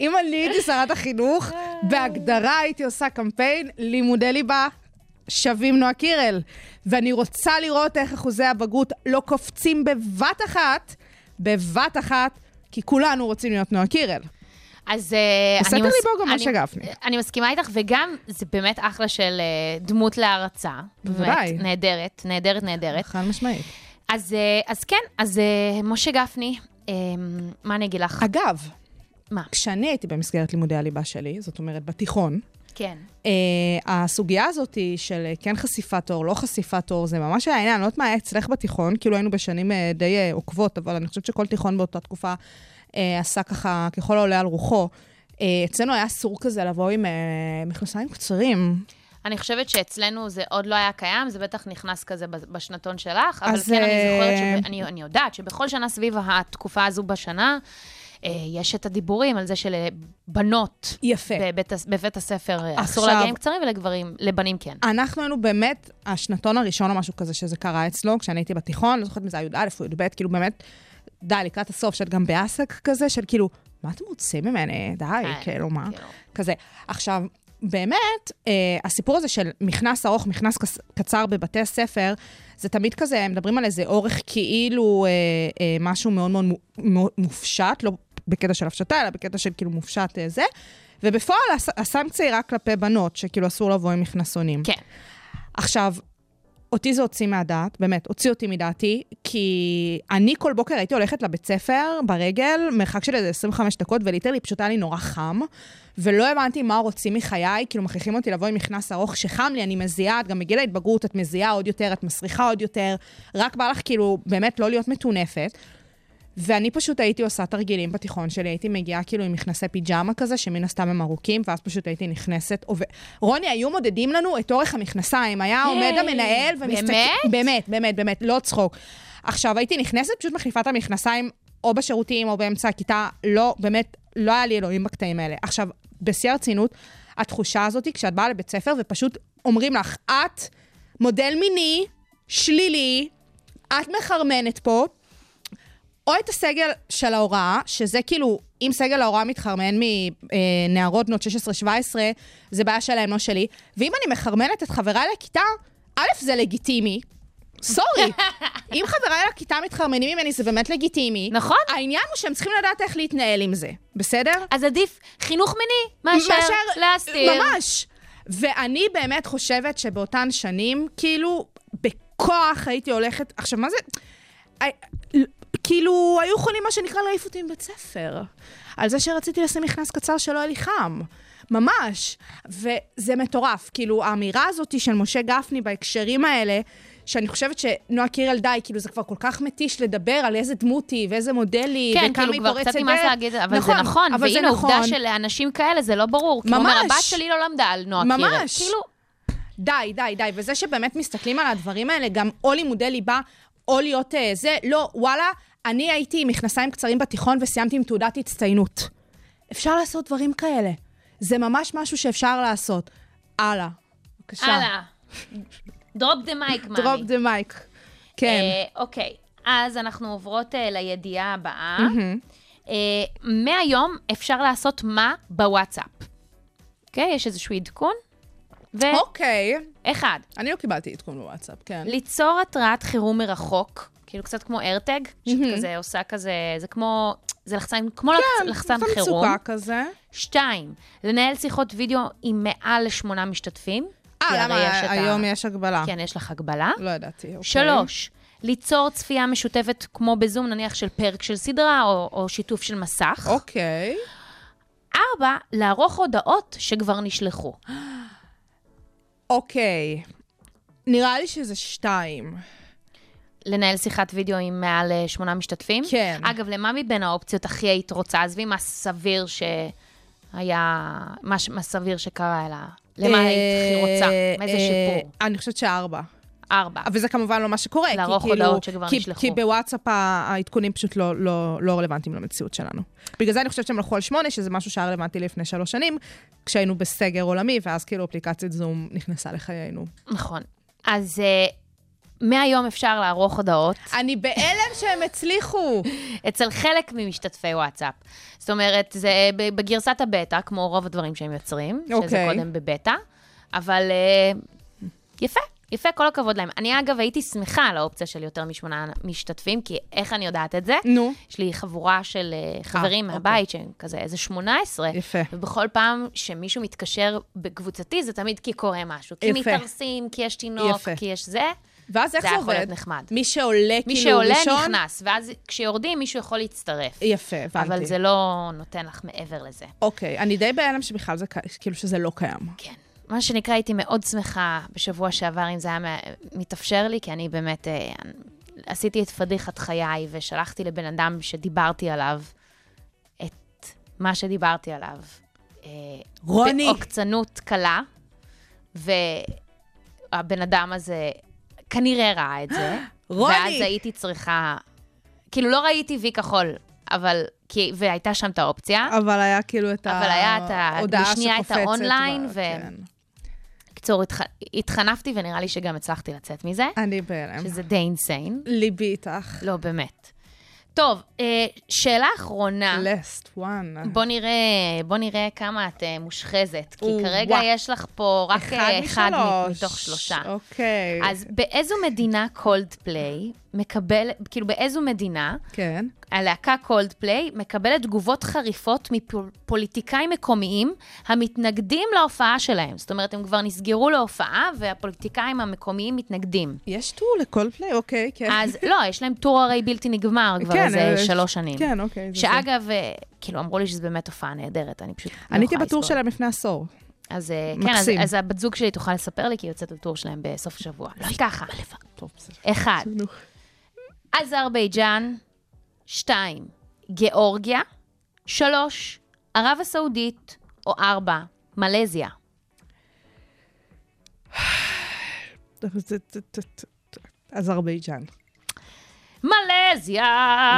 E: אם אני הייתי שרת החינוך, בהגדרה הייתי עושה קמפיין לימודי ליבה שווים נועה קירל. ואני רוצה לראות איך אחוזי הבגרות לא קופצים בבת אחת, בבת אחת, כי כולנו רוצים להיות נועה קירל.
D: אז אה,
E: בסתר
D: אני...
E: ליבו גם
D: אני-
E: משה גפני.
D: אני מסכימה איתך, וגם זה באמת אחלה של אה, דמות להערצה.
E: בוודאי. נכון.
D: באמת, נהדרת, נהדרת, נהדרת.
E: חד משמעית.
D: אז, אה, אז כן, אז אה, משה גפני, אה, מה אני אגיד לך?
E: אגב,
D: מה?
E: כשאני הייתי במסגרת לימודי הליבה שלי, זאת אומרת בתיכון,
D: כן.
E: אה, הסוגיה הזאת היא של אה, כן חשיפת אור, לא חשיפת אור, זה ממש היה עניין, אני לא יודעת מה היה אצלך בתיכון, כאילו היינו בשנים אה, די אה, עוקבות, אבל אני חושבת שכל תיכון באותה תקופה אה, עשה ככה ככל העולה על רוחו. אה, אצלנו היה אסור כזה לבוא עם אה, מכנסיים קצרים.
D: אני חושבת שאצלנו זה עוד לא היה קיים, זה בטח נכנס כזה בז- בשנתון שלך, אבל
E: אז,
D: כן, אני
E: אה,
D: זוכרת, שב- אני- אני יודעת שבכל שנה סביב התקופה הזו בשנה, אה, יש את הדיבורים על זה שלבנות
E: יפה.
D: בבית הס- בבית הספר אה,
E: עכשיו-
D: אסור להגיע עם קצרים ולגברים, לבנים כן.
E: אנחנו היינו באמת, השנתון הראשון או משהו כזה שזה קרה אצלו, כשאני הייתי בתיכון, לא זוכרת אם זה היה י"א או י"ב, כאילו באמת, די, לקראת הסוף, שאת גם באסק כזה, של כאילו, מה אתם רוצים ממני? די,
D: כן,
E: כאילו, מה?
D: כאילו.
E: כזה. עכשיו, באמת, אה, הסיפור הזה של מכנס ארוך, מכנס קס- קצר בבתי הספר, זה תמיד כזה, הם מדברים על איזה אורך כאילו אה, אה, משהו מאוד מאוד מו- מאוד מופשט, לא בקטע של הפשטה, אלא בקטע של כאילו מופשט אה, זה, ובפועל הס- הסנקציה היא רק כלפי בנות, שכאילו אסור לבוא עם מכנסונים.
D: כן.
E: עכשיו, אותי זה הוציא מהדעת, באמת, הוציא אותי מדעתי, כי אני כל בוקר הייתי הולכת לבית ספר ברגל, מרחק של איזה 25 דקות, וליטרלי פשוט היה לי נורא חם, ולא הבנתי מה רוצים מחיי, כאילו מכריחים אותי לבוא עם מכנס ארוך שחם לי, אני מזיעה, את גם בגיל ההתבגרות את מזיעה עוד יותר, את מסריחה עוד יותר, רק בא לך כאילו באמת לא להיות מטונפת. ואני פשוט הייתי עושה תרגילים בתיכון שלי, הייתי מגיעה כאילו עם מכנסי פיג'מה כזה, שמן הסתם הם ארוכים, ואז פשוט הייתי נכנסת. ו... רוני, היו מודדים לנו את אורך המכנסיים, היה עומד המנהל ומסתכל...
D: באמת?
E: באמת, באמת, באמת, לא צחוק. עכשיו, הייתי נכנסת, פשוט מחליפה את המכנסיים, או בשירותים או באמצע הכיתה, לא, באמת, לא היה לי אלוהים בקטעים האלה. עכשיו, בשיא הרצינות, התחושה הזאת כשאת באה לבית ספר ופשוט אומרים לך, את מודל מיני, שלילי, את מחרמנת פה. או את הסגל של ההוראה, שזה כאילו, אם סגל ההוראה מתחרמן מנערות בנות 16-17, זה בעיה שלהם, לא שלי. ואם אני מחרמנת את חבריי לכיתה, א', זה לגיטימי. סורי. אם חבריי לכיתה מתחרמנים ממני, זה באמת לגיטימי.
D: נכון.
E: העניין הוא שהם צריכים לדעת איך להתנהל עם זה, בסדר?
D: אז עדיף חינוך מיני מאשר להסתיר.
E: אה, ממש. ואני באמת חושבת שבאותן שנים, כאילו, בכוח הייתי הולכת... עכשיו, מה זה... אה, כאילו, היו יכולים, מה שנקרא, להעיף אותי מבית ספר. על זה שרציתי לשים מכנס קצר שלא היה לי חם. ממש. וזה מטורף. כאילו, האמירה הזאת של משה גפני בהקשרים האלה, שאני חושבת שנועה קירל די, כאילו, זה כבר כל כך מתיש לדבר על איזה דמות היא ואיזה מודל היא,
D: כן,
E: וכמה
D: כאילו
E: היא
D: כבר
E: פורצת
D: קצת נמאס
E: דרך.
D: להגיד, אבל זה נכון,
E: אבל זה
D: והנה עובדה
E: נכון.
D: שלאנשים כאלה זה לא ברור. כי הוא אומר,
E: ממש.
D: הבת שלי לא למדה על נועה קירל.
E: ממש.
D: כאילו,
E: די, די, די. וזה שבאמת מסתכלים על הדברים האלה, גם או לימודי ליבה, או להיות אה, זה, לא, וואלה, אני הייתי עם מכנסיים קצרים בתיכון וסיימתי עם תעודת הצטיינות. אפשר לעשות דברים כאלה. זה ממש משהו שאפשר לעשות. הלאה. בבקשה.
D: הלאה. דרופ דה מייק, מאמי.
E: דרופ דה מייק. כן.
D: אה, אוקיי, אז אנחנו עוברות אה, לידיעה הבאה. אה, מהיום אפשר לעשות מה בוואטסאפ. אוקיי? יש איזשהו עדכון. אה,
E: אוקיי.
D: ואחד,
E: אני לא קיבלתי עדכון בוואטסאפ, כן.
D: ליצור התרעת חירום מרחוק, כאילו קצת כמו איירטג, שאת כזה עושה כזה, זה כמו, זה לחצן, כמו לחצ- לחצן
E: כן, זה
D: חירום.
E: מצוקה כזה.
D: שתיים, לנהל שיחות וידאו עם מעל לשמונה משתתפים. כי
E: אה,
D: הרי
E: למה
D: את ה-
E: היום יש הגבלה?
D: כן, יש לך הגבלה.
E: לא ידעתי, אוקיי.
D: שלוש, ליצור צפייה משותפת כמו בזום, נניח של פרק של סדרה או, או שיתוף של מסך.
E: אוקיי.
D: ארבע, לערוך הודעות שכבר נשלחו.
E: אוקיי. נראה לי שזה שתיים.
D: לנהל שיחת וידאו עם מעל אה, שמונה משתתפים.
E: כן.
D: אגב, למה מבין האופציות הכי היית רוצה? עזבי מה סביר שהיה, מה, ש- מה סביר שקרה אלא, למה היית הכי רוצה?
E: אה,
D: מאיזה
E: אה,
D: שיפור?
E: אני חושבת שארבע.
D: ארבע.
E: אבל זה כמובן לא מה שקורה. כי
D: לערוך
E: כאילו-
D: הודעות שכבר
E: כי-
D: נשלחו.
E: כי בוואטסאפ ה- העדכונים פשוט לא- לא לא רלוונטיים למציאות שלנו. בגלל זה אני חושבת שהם הלכו על שמונה, שזה משהו שהיה רלוונטי לפני שלוש שנים, כשהיינו בסגר עולמי, ואז כאילו אפליקציית זום נכנסה לחיינו.
D: נכון. אז אה, מהיום אפשר לערוך הודעות.
E: אני בהלם שהם הצליחו!
D: אצל חלק ממשתתפי וואטסאפ. זאת אומרת, זה אה, ב- בגרסת הבטא, כמו רוב הדברים שהם יוצרים, שזה
E: אוקיי.
D: קודם בבטא, אבל אה, יפה, יפה, כל הכבוד להם. אני אגב הייתי שמחה על האופציה של יותר משמונה משתתפים, כי איך אני יודעת את זה?
E: נו.
D: יש לי חבורה של אה, חברים
E: אוקיי.
D: מהבית, שהם כזה איזה 18.
E: יפה.
D: ובכל פעם שמישהו מתקשר בקבוצתי, זה תמיד כי קורה משהו. כי
E: יפה.
D: מתארסים, כי יש תינוק,
E: יפה.
D: כי יש זה.
E: ואז איך
D: זה
E: זה
D: היה יכול
E: עובד?
D: להיות נחמד.
E: מי שעולה
D: מי
E: כאילו
D: שעולה
E: ראשון...
D: נכנס, ואז כשיורדים מישהו יכול להצטרף.
E: יפה, הבנתי.
D: אבל זה לא נותן לך מעבר לזה.
E: אוקיי, אני די בהלם שבכלל זה, ק- כאילו שזה לא קיים.
D: כן. מה שנקרא, הייתי מאוד שמחה בשבוע שעבר, אם זה היה מה- מתאפשר לי, כי אני באמת אה, עשיתי את פדיחת חיי ושלחתי לבן אדם שדיברתי עליו את מה שדיברתי עליו. אה,
E: רוני.
D: בעוקצנות קלה, והבן אדם הזה כנראה ראה את זה.
E: רוני.
D: ואז הייתי צריכה, כאילו לא ראיתי וי כחול, אבל, כי, והייתה שם את האופציה.
E: אבל היה כאילו את
D: אבל היה את ה-
E: ההודעה
D: בשנייה את
E: שקופצת
D: האונליין,
E: ב-
D: ו-
E: כן.
D: בקיצור, התח- התחנפתי ונראה לי שגם הצלחתי לצאת מזה,
E: אני בהלם.
D: שזה די אינסיין.
E: ליבי איתך.
D: לא, באמת. טוב, אה, שאלה אחרונה.
E: last one.
D: אה. בוא נראה, בוא נראה כמה את אה, מושחזת, כי
E: או,
D: כרגע
E: וואו.
D: יש לך פה רק אה, אחד מ- מתוך שלושה.
E: אוקיי.
D: אז באיזו מדינה קולד פליי מקבל, כאילו באיזו מדינה
E: כן.
D: הלהקה קולד פליי מקבלת תגובות חריפות מפוליטיקאים מקומיים המתנגדים להופעה שלהם. זאת אומרת, הם כבר נסגרו להופעה והפוליטיקאים המקומיים מתנגדים.
E: יש טור לקולפליי? אוקיי, כן.
D: אז לא, יש להם טור הרי בלתי נגמר כבר
E: כן,
D: איזה
E: אה,
D: שלוש שנים.
E: כן, אוקיי, זה
D: שאגב, אה, כאילו, אמרו לי שזו באמת הופעה נהדרת, אני פשוט לא יכולה
E: עניתי
D: לסבול.
E: בטור שלהם לפני עשור.
D: אז אה, כן, אז-
E: מקסים.
D: אז הבת זוג שלי תוכל לספר לי, כי היא יוצאת לטור שלהם בסוף השבוע. לא ככה. אחד,
E: נו.
D: אזרבייג'אן, שתיים, גיאורגיה, שלוש, ערב הסעודית, או ארבע, מלזיה.
E: אזרבייג'אן.
D: מלזיה.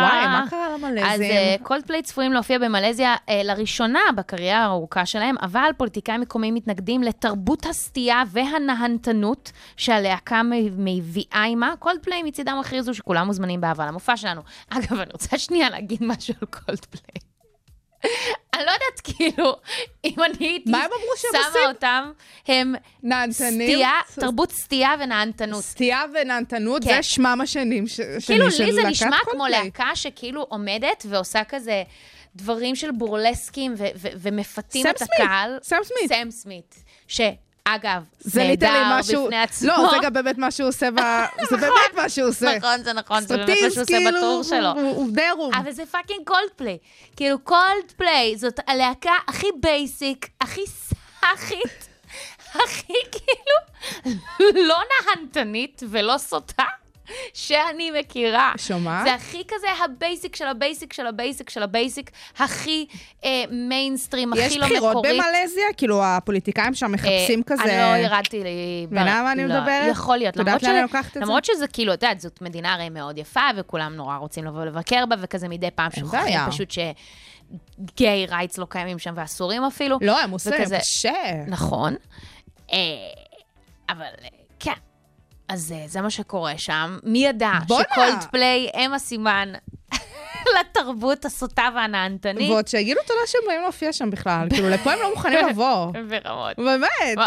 E: וואי, מה קרה
D: אז
E: למלזים?
D: קולדפליי צפויים להופיע במלזיה אה, לראשונה בקריירה הארוכה שלהם, אבל פוליטיקאים מקומיים מתנגדים לתרבות הסטייה והנהנתנות שהלהקה מ- מביאה עימה. קולדפליי מצידם הכריזו שכולם מוזמנים באהבה למופע שלנו. אגב, אני רוצה שנייה להגיד משהו על קולדפליי. אני לא יודעת, כאילו, אם אני הייתי
E: מה הם אמרו שהם
D: שמה
E: עושים?
D: אותם, הם
E: נהנתנים?
D: סטייה, תרבות סטייה ונהנתנות.
E: סטייה ונהנתנות,
D: כן.
E: זה שמם השנים ש- שני של
D: כאילו,
E: להקת
D: לי זה נשמע כמו
E: קולפליי.
D: להקה שכאילו עומדת ועושה כזה דברים של בורלסקים ו- ו- ומפתים
E: סם
D: את
E: סמית,
D: הקהל.
E: סם סמית.
D: סם סמית. שאגב,
E: זה ליטרלי
D: נהדר
E: משהו...
D: בפני עצמו.
E: לא, זה גם באמת מה שהוא עושה ב... זה באמת מה שהוא עושה.
D: נכון, זה נכון, זה באמת מה
E: סטטיסט,
D: שהוא עושה
E: כאילו,
D: בטור שלו.
E: הוא- הוא די ערום.
D: אבל זה פאקינג קולדפליי. כאילו, קולדפליי זאת הלהקה הכי בייסיק, הכי סאחית, הכי כאילו לא נהנתנית ולא סוטה שאני מכירה.
E: שומעת?
D: זה הכי כזה הבייסיק של הבייסיק של הבייסיק של הבייסיק, הכי אה, מיינסטרים, הכי לא
E: יש
D: מקורי.
E: בחירות במלזיה? כאילו, הפוליטיקאים שם מחפשים
D: אה,
E: כזה...
D: אני לא ירדתי לי...
E: מבינה מה אני
D: לא,
E: מדברת?
D: יכול להיות.
E: את
D: למרות
E: יודעת לאן
D: שזה-
E: אני לוקחת את זה?
D: למרות שזה כאילו, את יודעת, זאת מדינה הרי מאוד יפה, וכולם נורא רוצים לבוא לבקר בה, וכזה מדי פעם שוכחים
E: בעיה.
D: פשוט שגיי רייטס לא קיימים שם, ואסורים אפילו.
E: לא, הם עושים,
D: וכזה-
E: קשה.
D: נכון. אה, אבל אה, כן. אז אה, זה מה שקורה שם. מי ידע
E: בואנה!
D: שקולדפליי הם הסימן לתרבות הסוטה והנהנתנית?
E: ועוד שיגידו תודה שהם באים להופיע שם בכלל. כאילו, לפה הם לא מוכנים לבוא.
D: ברמות.
E: באמת.
D: מה?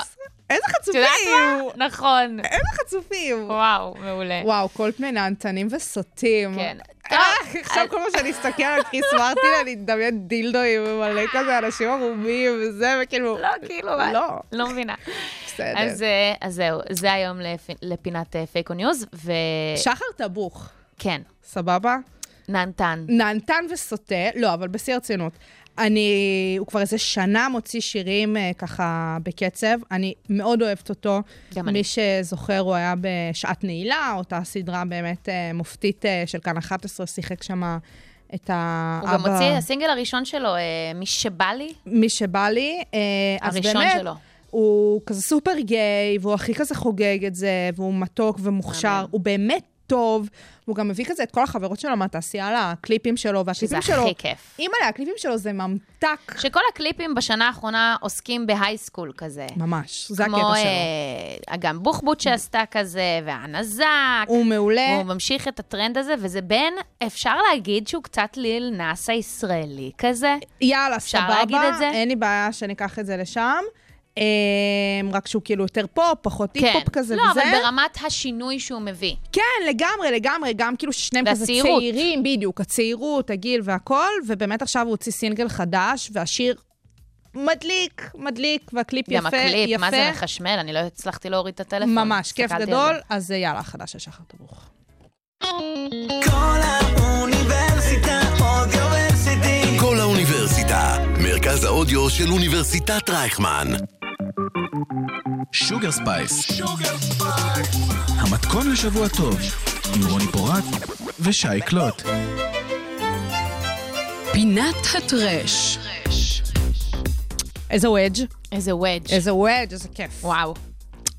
E: איזה
D: את יודעת
E: חצופים.
D: מה? נכון.
E: איזה חצופים.
D: וואו, מעולה.
E: וואו, קולפמן נהנתנים וסוטים.
D: כן.
E: אה,
D: טוב,
E: עכשיו כל פעם שאני אסתכל על כיס מרטין, אני אדמיין דילדואים ומלא כזה אנשים ערומים וזה, וכאילו...
D: לא, כאילו,
E: לא,
D: מה? לא מבינה.
E: בסדר.
D: אז אה, אז זהו, זה היום לפ- לפינת אה, פייק או ניוז, כן, וכן,
E: שחר טבוך, סבבה?
D: נענתן.
E: נהנתן וסוטה, לא, אבל בשיא הרצינות. אני, הוא כבר איזה שנה מוציא שירים אה, ככה בקצב, אני מאוד אוהבת אותו.
D: גם
E: מי
D: אני.
E: שזוכר, הוא היה בשעת נעילה, אותה סדרה באמת אה, מופתית אה, של כאן 11, שיחק שם את האבא...
D: הוא גם הוציא, הסינגל הראשון שלו, אה, מי שבא לי,
E: מי שבא לי, אה, אז
D: הראשון
E: באמת,
D: שלו.
E: הוא כזה סופר גיי, והוא הכי כזה חוגג את זה, והוא מתוק ומוכשר,
D: מהמם.
E: הוא באמת טוב, הוא גם מביא כזה את כל החברות שלו מהתעשייה לקליפים שלו,
D: שזה
E: והקליפים שלו,
D: הכי כיף.
E: אימא'לה, הקליפים שלו זה ממתק,
D: שכל הקליפים בשנה האחרונה עוסקים בהייסקול כזה.
E: ממש, זה הקטע
D: כמו
E: שלו.
D: אה, אגם בוחבוט שעשתה כזה, והנזק.
E: הוא מעולה,
D: הוא ממשיך את הטרנד הזה, וזה בין, אפשר להגיד שהוא קצת ליל נאס הישראלי כזה.
E: יאללה,
D: אפשר להגיד את
E: סבבה,
D: זה?
E: אין לי בעיה שניקח את זה לשם, אה, רק שהוא כאילו יותר פופ, פחות היפ-הופ כזה
D: לא,
E: וזה.
D: אבל ברמת השינוי שהוא מביא.
E: כן, לגמרי, לגמרי, גם כאילו שניהם כזה
D: והצעירות.
E: צעירים, בדיוק, הצעירות, הגיל והכל, ובאמת עכשיו הוא הוציא סינגל חדש, והשיר מדליק, מדליק, והקליפ יפה,
D: גם הקליפ,
E: יפה.
D: מה זה מחשמל? אני לא הצלחתי להוריד את הטלפון.
E: ממש, כיף
D: הסתכלתי על
E: גדול,
D: זה.
E: אז אה, יאללה, חדש של שחר טרוך.
B: כל האוניברסיטה, אודיוורסיטי.
A: כל האוניברסיטה, מרכז האודיו של אוניברסיטת רייכמן.
C: שוגר ספייס. המתכון לשבוע טוב, עם רוני פורט ושי קלוט.
F: פינת הטרש.
E: איזה וודג',
D: איזה וודג'.
E: איזה וודג', איזה כיף.
D: וואו.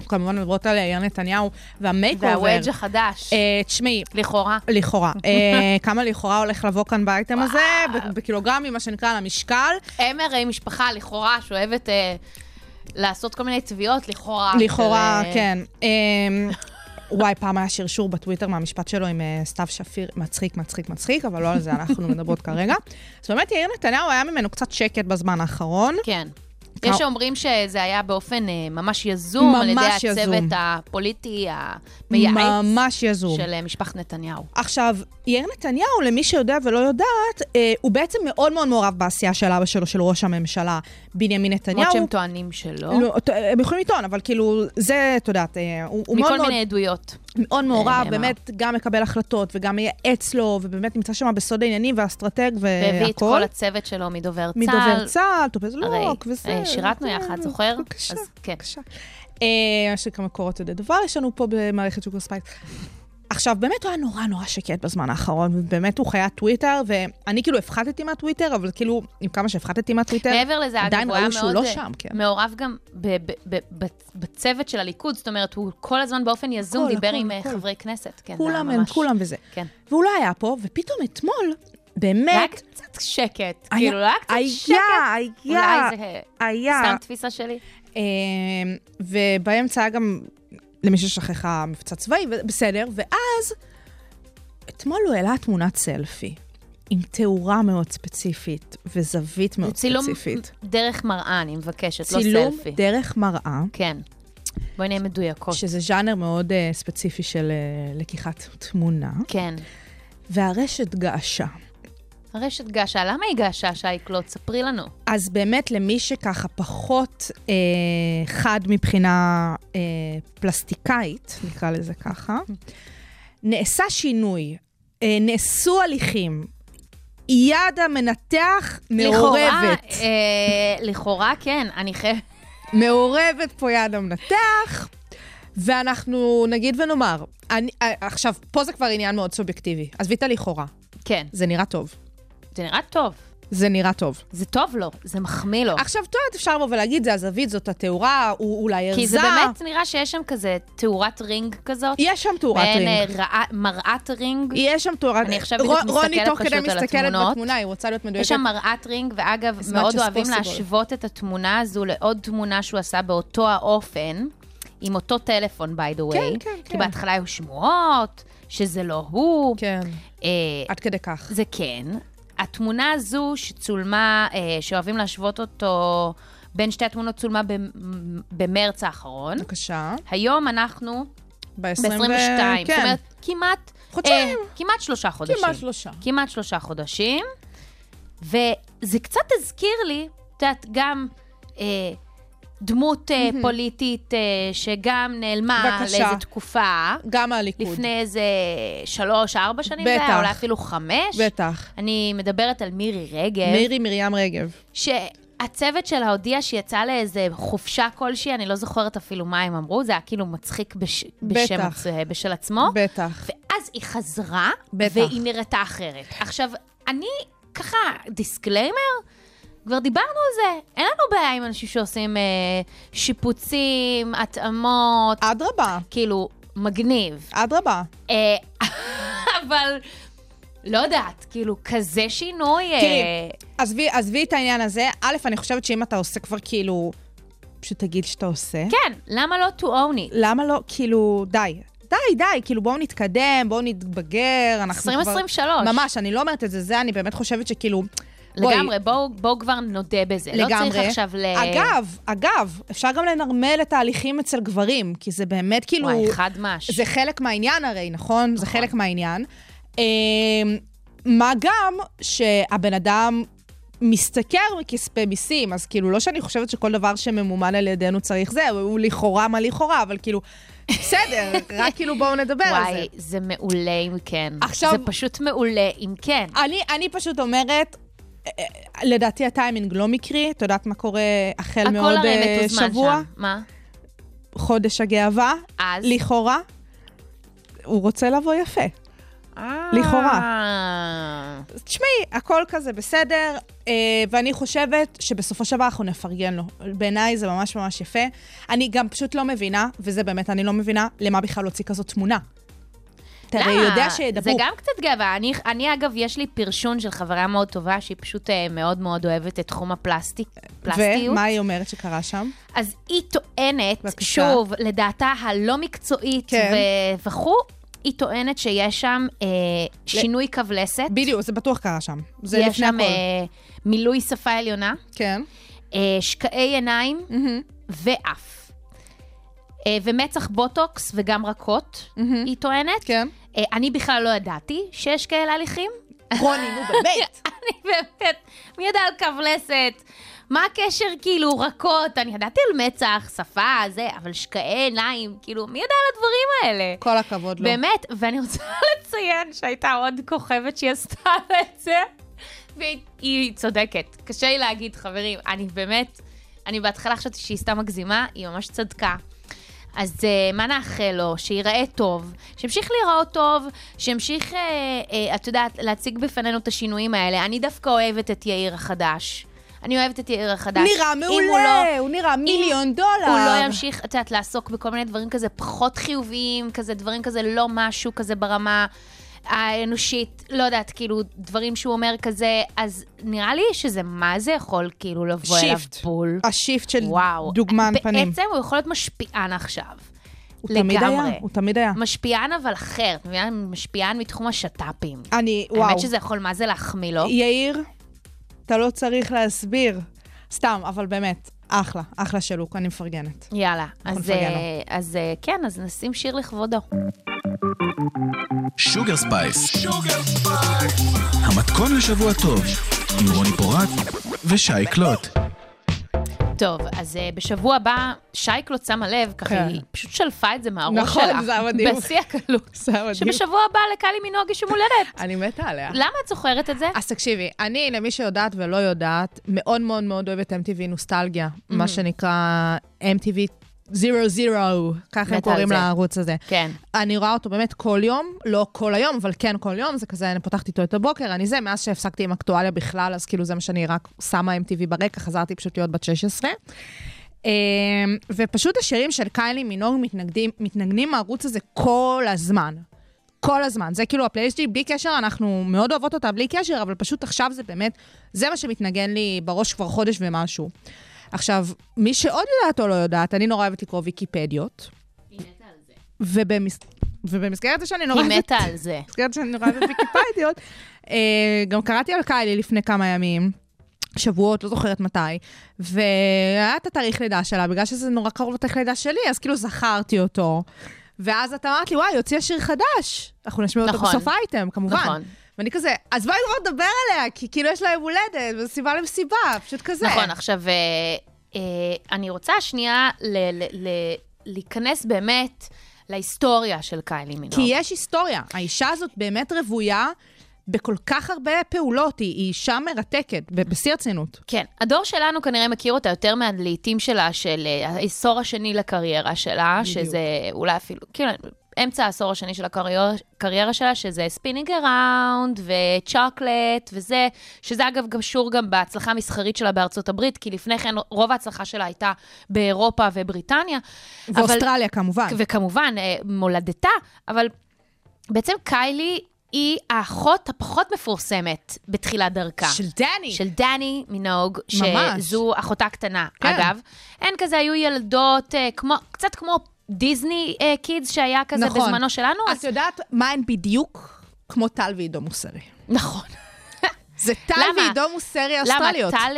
E: כמובן מדברות על אה, יאיר נתניהו והמייק אובר.
D: והוודג' החדש.
E: אה, תשמעי,
D: לכאורה.
E: לכאורה. אה, כמה לכאורה הולך לבוא כאן באייטם הזה, ב- בקילוגרמים, מה שנקרא, על המשקל.
D: הם הרי אה, משפחה, לכאורה, שאוהבת אה, לעשות כל מיני תביעות, לכאורה.
E: לכאורה,
D: של, אה,
E: כן. אמ, וואי, פעם היה שרשור בטוויטר מהמשפט שלו עם אה, סתיו שפיר, מצחיק, מצחיק, מצחיק, אבל לא על זה אנחנו מדברות כרגע. אז באמת, יאיר נתניהו היה ממנו קצת שקט בזמן האחרון.
D: כן.
E: אה.
D: יש שאומרים שזה היה באופן אה, ממש יזום, על ידי
E: ממש יזום.
D: הצוות הפוליטי המייעץ
E: ממש יזום.
D: כן, של אה, משפחת נתניהו.
E: עכשיו, יאיר נתניהו, למי שיודע ולא יודעת, אה, הוא בעצם מאוד מאוד מעורב בעשייה של אבא שלו, של ראש הממשלה, בנימין נתניהו.
D: למרות שהם טוענים שלא.
E: לא, ת- הם יכולים לטעון, אבל כאילו, זה, את יודעת, אה, הוא הוא מאוד
D: מכל
E: מאוד...
D: מיני עדויות.
E: מאוד מעורב,
D: נאמר.
E: באמת גם מקבל החלטות וגם מייעץ לו, ובאמת נמצא שם בסוד העניינים והאסטרטג והכל.
D: והביא את כל הצוות שלו מדובר צה"ל.
E: אה, מדובר צה"ל, טופז
D: הרי,
E: לוק וזה.
D: אה, שירתנו
E: וזה.
D: יחד, זוכר?
E: לא, בבקשה,
D: אז כן.
E: בבקשה. אה, יש לי כמה קורות, אתה יודע, דבר יש לנו פה במערכת שוקר ספייס. עכשיו, באמת הוא היה נורא נורא שקט בזמן האחרון, ובאמת הוא חיית טוויטר, ואני כאילו הפחתתי מהטוויטר, אבל כאילו, עם כמה שהפחתתי מהטוויטר,
D: מעבר לזה, אגב,
E: עדיין
D: הוא היה
E: ראו
D: מאוד
E: שהוא לא
D: אה,
E: שם, כן.
D: מעורב גם ב- ב- ב- ב- בצוות של הליכוד, זאת אומרת, הוא כל הזמן באופן יזום
E: הכל,
D: דיבר
E: הכל,
D: עם אה,
E: הכל.
D: חברי כנסת. כן, זה היה
E: כולם הם,
D: ממש-
E: כולם וזה.
D: כן.
E: והוא לא היה פה, ופתאום אתמול,
D: היה
E: באמת...
D: קצת שקט,
E: היה-
D: כאילו, לא היה קצת שקט.
E: היה, היה,
D: אולי זה
E: היה.
D: סתם תפיסה שלי.
E: אמ, ובאמצע היה גם, למי ששכחה, מבצע צבאי, ו- בסדר. ואז, אתמול הוא העלה תמונת סלפי, עם תאורה מאוד ספציפית וזווית מאוד
D: זה צילום
E: ספציפית.
D: דרך מראה, אני מבקשת, לא
E: צילום
D: סלפי.
E: דרך מראה,
D: כן. בואי נהיה מדויקות.
E: שזה ז'אנר מאוד אה, ספציפי של אה, לקיחת תמונה,
D: כן.
E: והרשת געשה.
D: רשת געשה, למה היא געשה, שייקלוט? ספרי לנו.
E: אז באמת, למי שככה פחות אה, חד מבחינה אה, פלסטיקאית, נקרא לזה ככה, נעשה שינוי, אה, נעשו הליכים. יד המנתח
D: לכאורה,
E: מעורבת.
D: אה, לכאורה, כן, אני חייבת...
E: מעורבת פה יד המנתח, ואנחנו נגיד ונאמר, אני, אה, עכשיו, פה זה כבר עניין מאוד סובייקטיבי. עזבי את הלכאורה,
D: כן,
E: זה נראה טוב.
D: זה נראה טוב.
E: זה נראה טוב.
D: זה טוב לו, זה מחמיא לו.
E: עכשיו, את יודעת, אפשר לבוא ולהגיד, זה הזווית, זאת התאורה, הוא אולי הרזה.
D: כי זה באמת נראה שיש שם כזה תאורת רינג כזאת.
E: יש שם תאורת
D: מעין, אה,
E: רינג.
D: ראה- מראת רינג.
E: יש שם תאורת...
D: אני עכשיו בדיוק
E: רו- רוני
D: מסתכלת
E: תוך כדי
D: פשוט על
E: מסתכלת
D: התמונות.
E: בתמונה, היא רוצה להיות מדויקת.
D: יש שם מראת רינג, ואגב,
E: As
D: מאוד
E: much as
D: אוהבים
E: possible.
D: להשוות את התמונה הזו לעוד תמונה שהוא עשה באותו האופן, עם אותו טלפון, by the way.
E: כן,
D: כי
E: כן.
D: בהתחלה היו שמועות, שזה לא הוא.
E: כן,
D: אה,
E: עד כדי כך.
D: זה כן. התמונה הזו שצולמה, אה, שאוהבים להשוות אותו, בין שתי התמונות צולמה במ- במרץ האחרון.
E: בבקשה.
D: היום אנחנו
E: ב-22.
D: ב-22. זאת
E: כן.
D: אומרת, כמעט...
E: חודשיים.
D: אה, כמעט שלושה חודשים.
E: כמעט שלושה.
D: כמעט שלושה חודשים, וזה קצת הזכיר לי, את יודעת, גם אה, דמות אה, פוליטית אה, שגם נעלמה
E: בבקשה.
D: לאיזו תקופה,
E: גם הליכוד.
D: לפני איזה שלוש, ארבע שנים זה היה,
E: בטח.
D: אולי אפילו חמש.
E: בטח.
D: אני מדברת על מירי רגב,
E: מירי מרים רגב.
D: שהצוות שלה הודיע שהיא יצאה לאיזה חופשה כלשהי, אני לא זוכרת אפילו מה הם אמרו, זה היה כאילו מצחיק בש... בשם,
E: בטח.
D: עצ- בשל עצמו.
E: בטח.
D: ואז היא חזרה,
E: בטח.
D: והיא נראתה אחרת. עכשיו, אני ככה, דיסקליימר, כבר דיברנו על זה. אין לנו בעיה עם אנשים שעושים אה, שיפוצים, התאמות,
E: אה. אדרבה,
D: כאילו, מגניב.
E: אדרבה.
D: אה, אבל לא יודעת, כאילו, כזה שינוי... אה,
E: תראי, עזבי, עזבי את העניין הזה. א', אני חושבת שאם אתה עושה כבר כאילו... פשוט תגיד שאתה עושה.
D: כן, למה לא to own it?
E: למה לא, כאילו, די. די, די, כאילו בואו נתקדם, בואו נתבגר, אנחנו כבר...
D: 2023.
E: ממש, אני לא אומרת את זה, זה אני באמת חושבת שכאילו... בואי,
D: לגמרי, בואו בואו כבר נודה בזה. לא
E: לגמרי.
D: צריך עכשיו ל...
E: אגב, אגב, אפשר גם לנרמל את ההליכים אצל גברים, כי זה באמת כאילו...
D: וואי, חד מש.
E: זה חלק מהעניין הרי, נכון? זה חלק מהעניין. אמ, מה גם שהבן אדם משתכר מכספי מיסים, אז כאילו, לא שאני חושבת שכל דבר שממומן על ידינו צריך זה, הוא לכאורה מה לכאורה, אבל כאילו, בסדר, רק כאילו בואו נדבר על זה.
D: וואי, זה מעולה אם כן.
E: עכשיו-
D: זה פשוט מעולה אם כן.
E: אני, אני פשוט אומרת, אה, אה, לדעתי הטיימינג לא מקרי, את יודעת מה קורה החל
D: הכל
E: מעוד
D: הרי
E: אה,
D: מתוזמן
E: שבוע,
D: שם. מה?
E: חודש הגאווה,
D: אז?
E: לכאורה, הוא רוצה לבוא יפה. לכאורה.
D: אה,
E: אז תשמעי, הכל כזה בסדר, אה, ואני חושבת שבסופו של דבר אנחנו נפרגן לו. בעיניי זה ממש ממש יפה. אני גם פשוט לא מבינה, וזה באמת, אני לא מבינה, למה בכלל להוציא כזאת תמונה. אתה הרי
D: למה?
E: יודע
D: אה, זה
E: שידברו.
D: גם קצת גאווה. אני, אני, אגב, יש לי פרשון של חברה מאוד טובה, שהיא פשוט אה, מאוד מאוד אוהבת את תחום הפלסטיק, פלסטיות.
E: ומה היא אומרת שקרה שם?
D: אז היא טוענת,
E: בבקשה.
D: שוב, לדעתה הלא מקצועית
E: כן.
D: ו- וכו', היא טוענת שיש שם אה, שינוי קו לסת.
E: בדיוק, זה בטוח קרה שם. זה
D: יש
E: לפני
D: שם
E: הכל.
D: אה, מילוי שפה עליונה,
E: כן.
D: אה, שקעי עיניים
E: Mm-hmm.
D: ואף. אה, ומצח בוטוקס וגם רכות, היא טוענת.
E: כן.
D: אה, אני בכלל לא ידעתי שיש כאלה הליכים.
E: רוני, נו באמת.
D: אני באמת, מי יודע על קו לסת? מה הקשר כאילו רכות? אני ידעתי על מצח, שפה, זה, אבל שקעי עיניים, כאילו, מי ידע על הדברים האלה?
E: כל הכבוד לו.
D: באמת, ואני רוצה לציין שהייתה עוד כוכבת שהיא עשתה את זה, והיא היא צודקת. קשה לי להגיד, חברים, אני באמת, אני בהתחלה חשבתי שהיא סתם מגזימה, היא ממש צדקה. אז אה, מה נאחל לו? שייראה טוב, שימשיך להיראות טוב, שימשיך, אה, אה, את יודעת, להציג בפנינו את השינויים האלה. אני דווקא אוהבת את יאיר החדש. אני אוהבת את יאיר החדש.
E: נראה
D: אם
E: מעולה,
D: הוא לא-
E: הוא נראה מיליון דולר.
D: הוא לא ימשיך, את יודעת, לעסוק בכל מיני דברים כזה פחות חיוביים, כזה דברים כזה לא משהו כזה ברמה האנושית, לא יודעת, כאילו, דברים שהוא אומר כזה, אז נראה לי שזה מה זה יכול כאילו לבוא אליו
E: שיפט.
D: בול.
E: השיפט של
D: וואו. אה,
E: דוגמן פנים.
D: בעצם הוא יכול להיות משפיען עכשיו.
E: הוא תמיד היה,
D: לגמרי.
E: הוא תמיד היה.
D: משפיען אבל אחר, את מבינה? משפיען מתחום השת"פים.
E: אני,
D: האמת
E: אה, וואו.
D: שזה לא. יכול מה זה להחמיא לו.
E: יאיר, אתה לא צריך להסביר. סתם, אבל באמת, אחלה, אחלה של לוק, אני מפרגנת.
D: יאללה. אז,
E: נפרגן
D: אה,
E: לו.
D: אז אה, כן, אז נשים שיר לכבודו.
C: שוגר ספייס. המתכון לשבוע טוב, עם רוני פורט ושי קלוט.
D: טוב, אז uh, בשבוע הבא, שייקלוט שמה לב, ככה
E: כן.
D: היא פשוט שלפה את זה מהראש
E: נכון,
D: שלה.
E: זה היה מדהים.
D: בשיא הקלות.
E: זה היה מדהים.
D: שבשבוע הבא לקאלי מנוגי שם הולדת.
E: אני מתה עליה.
D: למה את זוכרת את זה?
E: אז תקשיבי, אני, למי שיודעת ולא יודעת, מאוד מאוד מאוד אוהבת MTV נוסטלגיה,
D: Mm-hmm.
E: מה שנקרא MTV 00,
D: מתה
E: ככה
D: על
E: הם קוראים
D: זה.
E: לערוץ הזה.
D: כן.
E: אני רואה אותו באמת כל יום, לא כל היום, אבל כן כל יום, זה כזה, אני פותחת איתו את הבוקר, אני זה, מאז שהפסקתי עם אקטואליה בכלל, אז כאילו זה מה שאני רק שמה MTV ברקע, חזרתי פשוט להיות בת 16. אמ, ופשוט השירים של קיילי מינוג מתנגדים, מתנגנים מהערוץ הזה כל הזמן. כל הזמן. זה כאילו הפלייליסט שלי, בלי קשר, אנחנו מאוד אוהבות אותה בלי קשר, אבל פשוט עכשיו זה באמת, זה מה שמתנגן לי בראש כבר חודש ומשהו. עכשיו, מי שעוד יודעת או לא יודעת, אני נורא אוהבת לקרוא ויקיפדיות. ובמס... ובמסגרת זה שאני נורא
D: היא
E: אוהבת
D: מתה על זה.
E: במסגרת שאני נורא אוהבת ויקיפדיות. אה, גם קראתי על קיילי לפני כמה ימים, שבועות, לא זוכרת מתי, והיה את התאריך לידה שלה, בגלל שזה נורא קרוב לתאריך לידה שלי, אז כאילו זכרתי אותו. ואז את אמרת לי, וואי, יוציא שיר חדש. אנחנו נשמיע אותו
D: נכון.
E: בסוף האייטם, כמובן.
D: נכון.
E: ואני כזה, אז בואי כבר נדבר עליה, כי כאילו יש לה יום הולדת, וזו סיבה למסיבה, פשוט כזה.
D: נכון, עכשיו, אה, אה, אני רוצה שנייה ל- ל- ל- להיכנס באמת להיסטוריה של קיילי מינוג.
E: כי יש היסטוריה. האישה הזאת באמת רוויה בכל כך הרבה פעולות, היא היא אישה מרתקת, ב- בשיא הרצינות.
D: כן, הדור שלנו כנראה מכיר אותה יותר מהלעיתים שלה, של אה, העשור השני לקריירה שלה, בדיוק. שזה אולי אפילו, כאילו, אמצע העשור השני של הקריירה קריירה שלה, שזה ספינינג אראונד וצ'וקלט וזה, שזה אגב קשור גם בהצלחה המסחרית שלה בארצות הברית, כי לפני כן רוב ההצלחה שלה הייתה באירופה ובריטניה. אבל-
E: ואוסטרליה כמובן.
D: וכמובן, אה, מולדתה, אבל בעצם קיילי היא האחות הפחות מפורסמת בתחילת דרכה.
E: של דני.
D: של דני מנהוג,
E: ממש.
D: שזו אחותה קטנה,
E: כן.
D: אגב. הן כזה היו ילדות, אה, כמו, קצת כמו דיסני אה, קידס שהיה כזה
E: נכון.
D: בזמנו שלנו.
E: את יודעת מה הן בדיוק? כמו טל ועידו מוסרי.
D: נכון.
E: זה טל
D: למה?
E: ועידו מוסרי
D: למה,
E: אוסטרליות.
D: טל...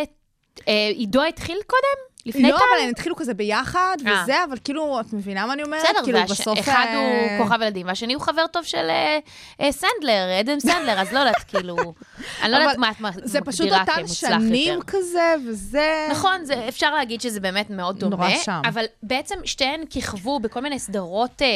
D: אה, עידו התחיל קודם? לפני
E: לא,
D: טל?
E: אבל הן התחילו כזה ביחד
D: אה.
E: וזה, אבל כאילו, את מבינה מה אני אומרת?
D: בסדר,
E: כאילו,
D: והש-
E: בסוף...
D: אחד
E: אה,
D: הוא כוכב ילדים, והשני הוא חבר טוב של אה, אה, סנדלר, אדם סנדלר, אז לא יודעת, כאילו, אני לא יודעת
E: אבל
D: מה את מ- מגדירה כמוצלח יותר.
E: זה פשוט אותן שנים כזה, וזה...
D: נכון, זה, אפשר להגיד שזה באמת מאוד דומה.
E: נורא שם.
D: אבל בעצם שתיהן כיכבו בכל מיני סדרות אה,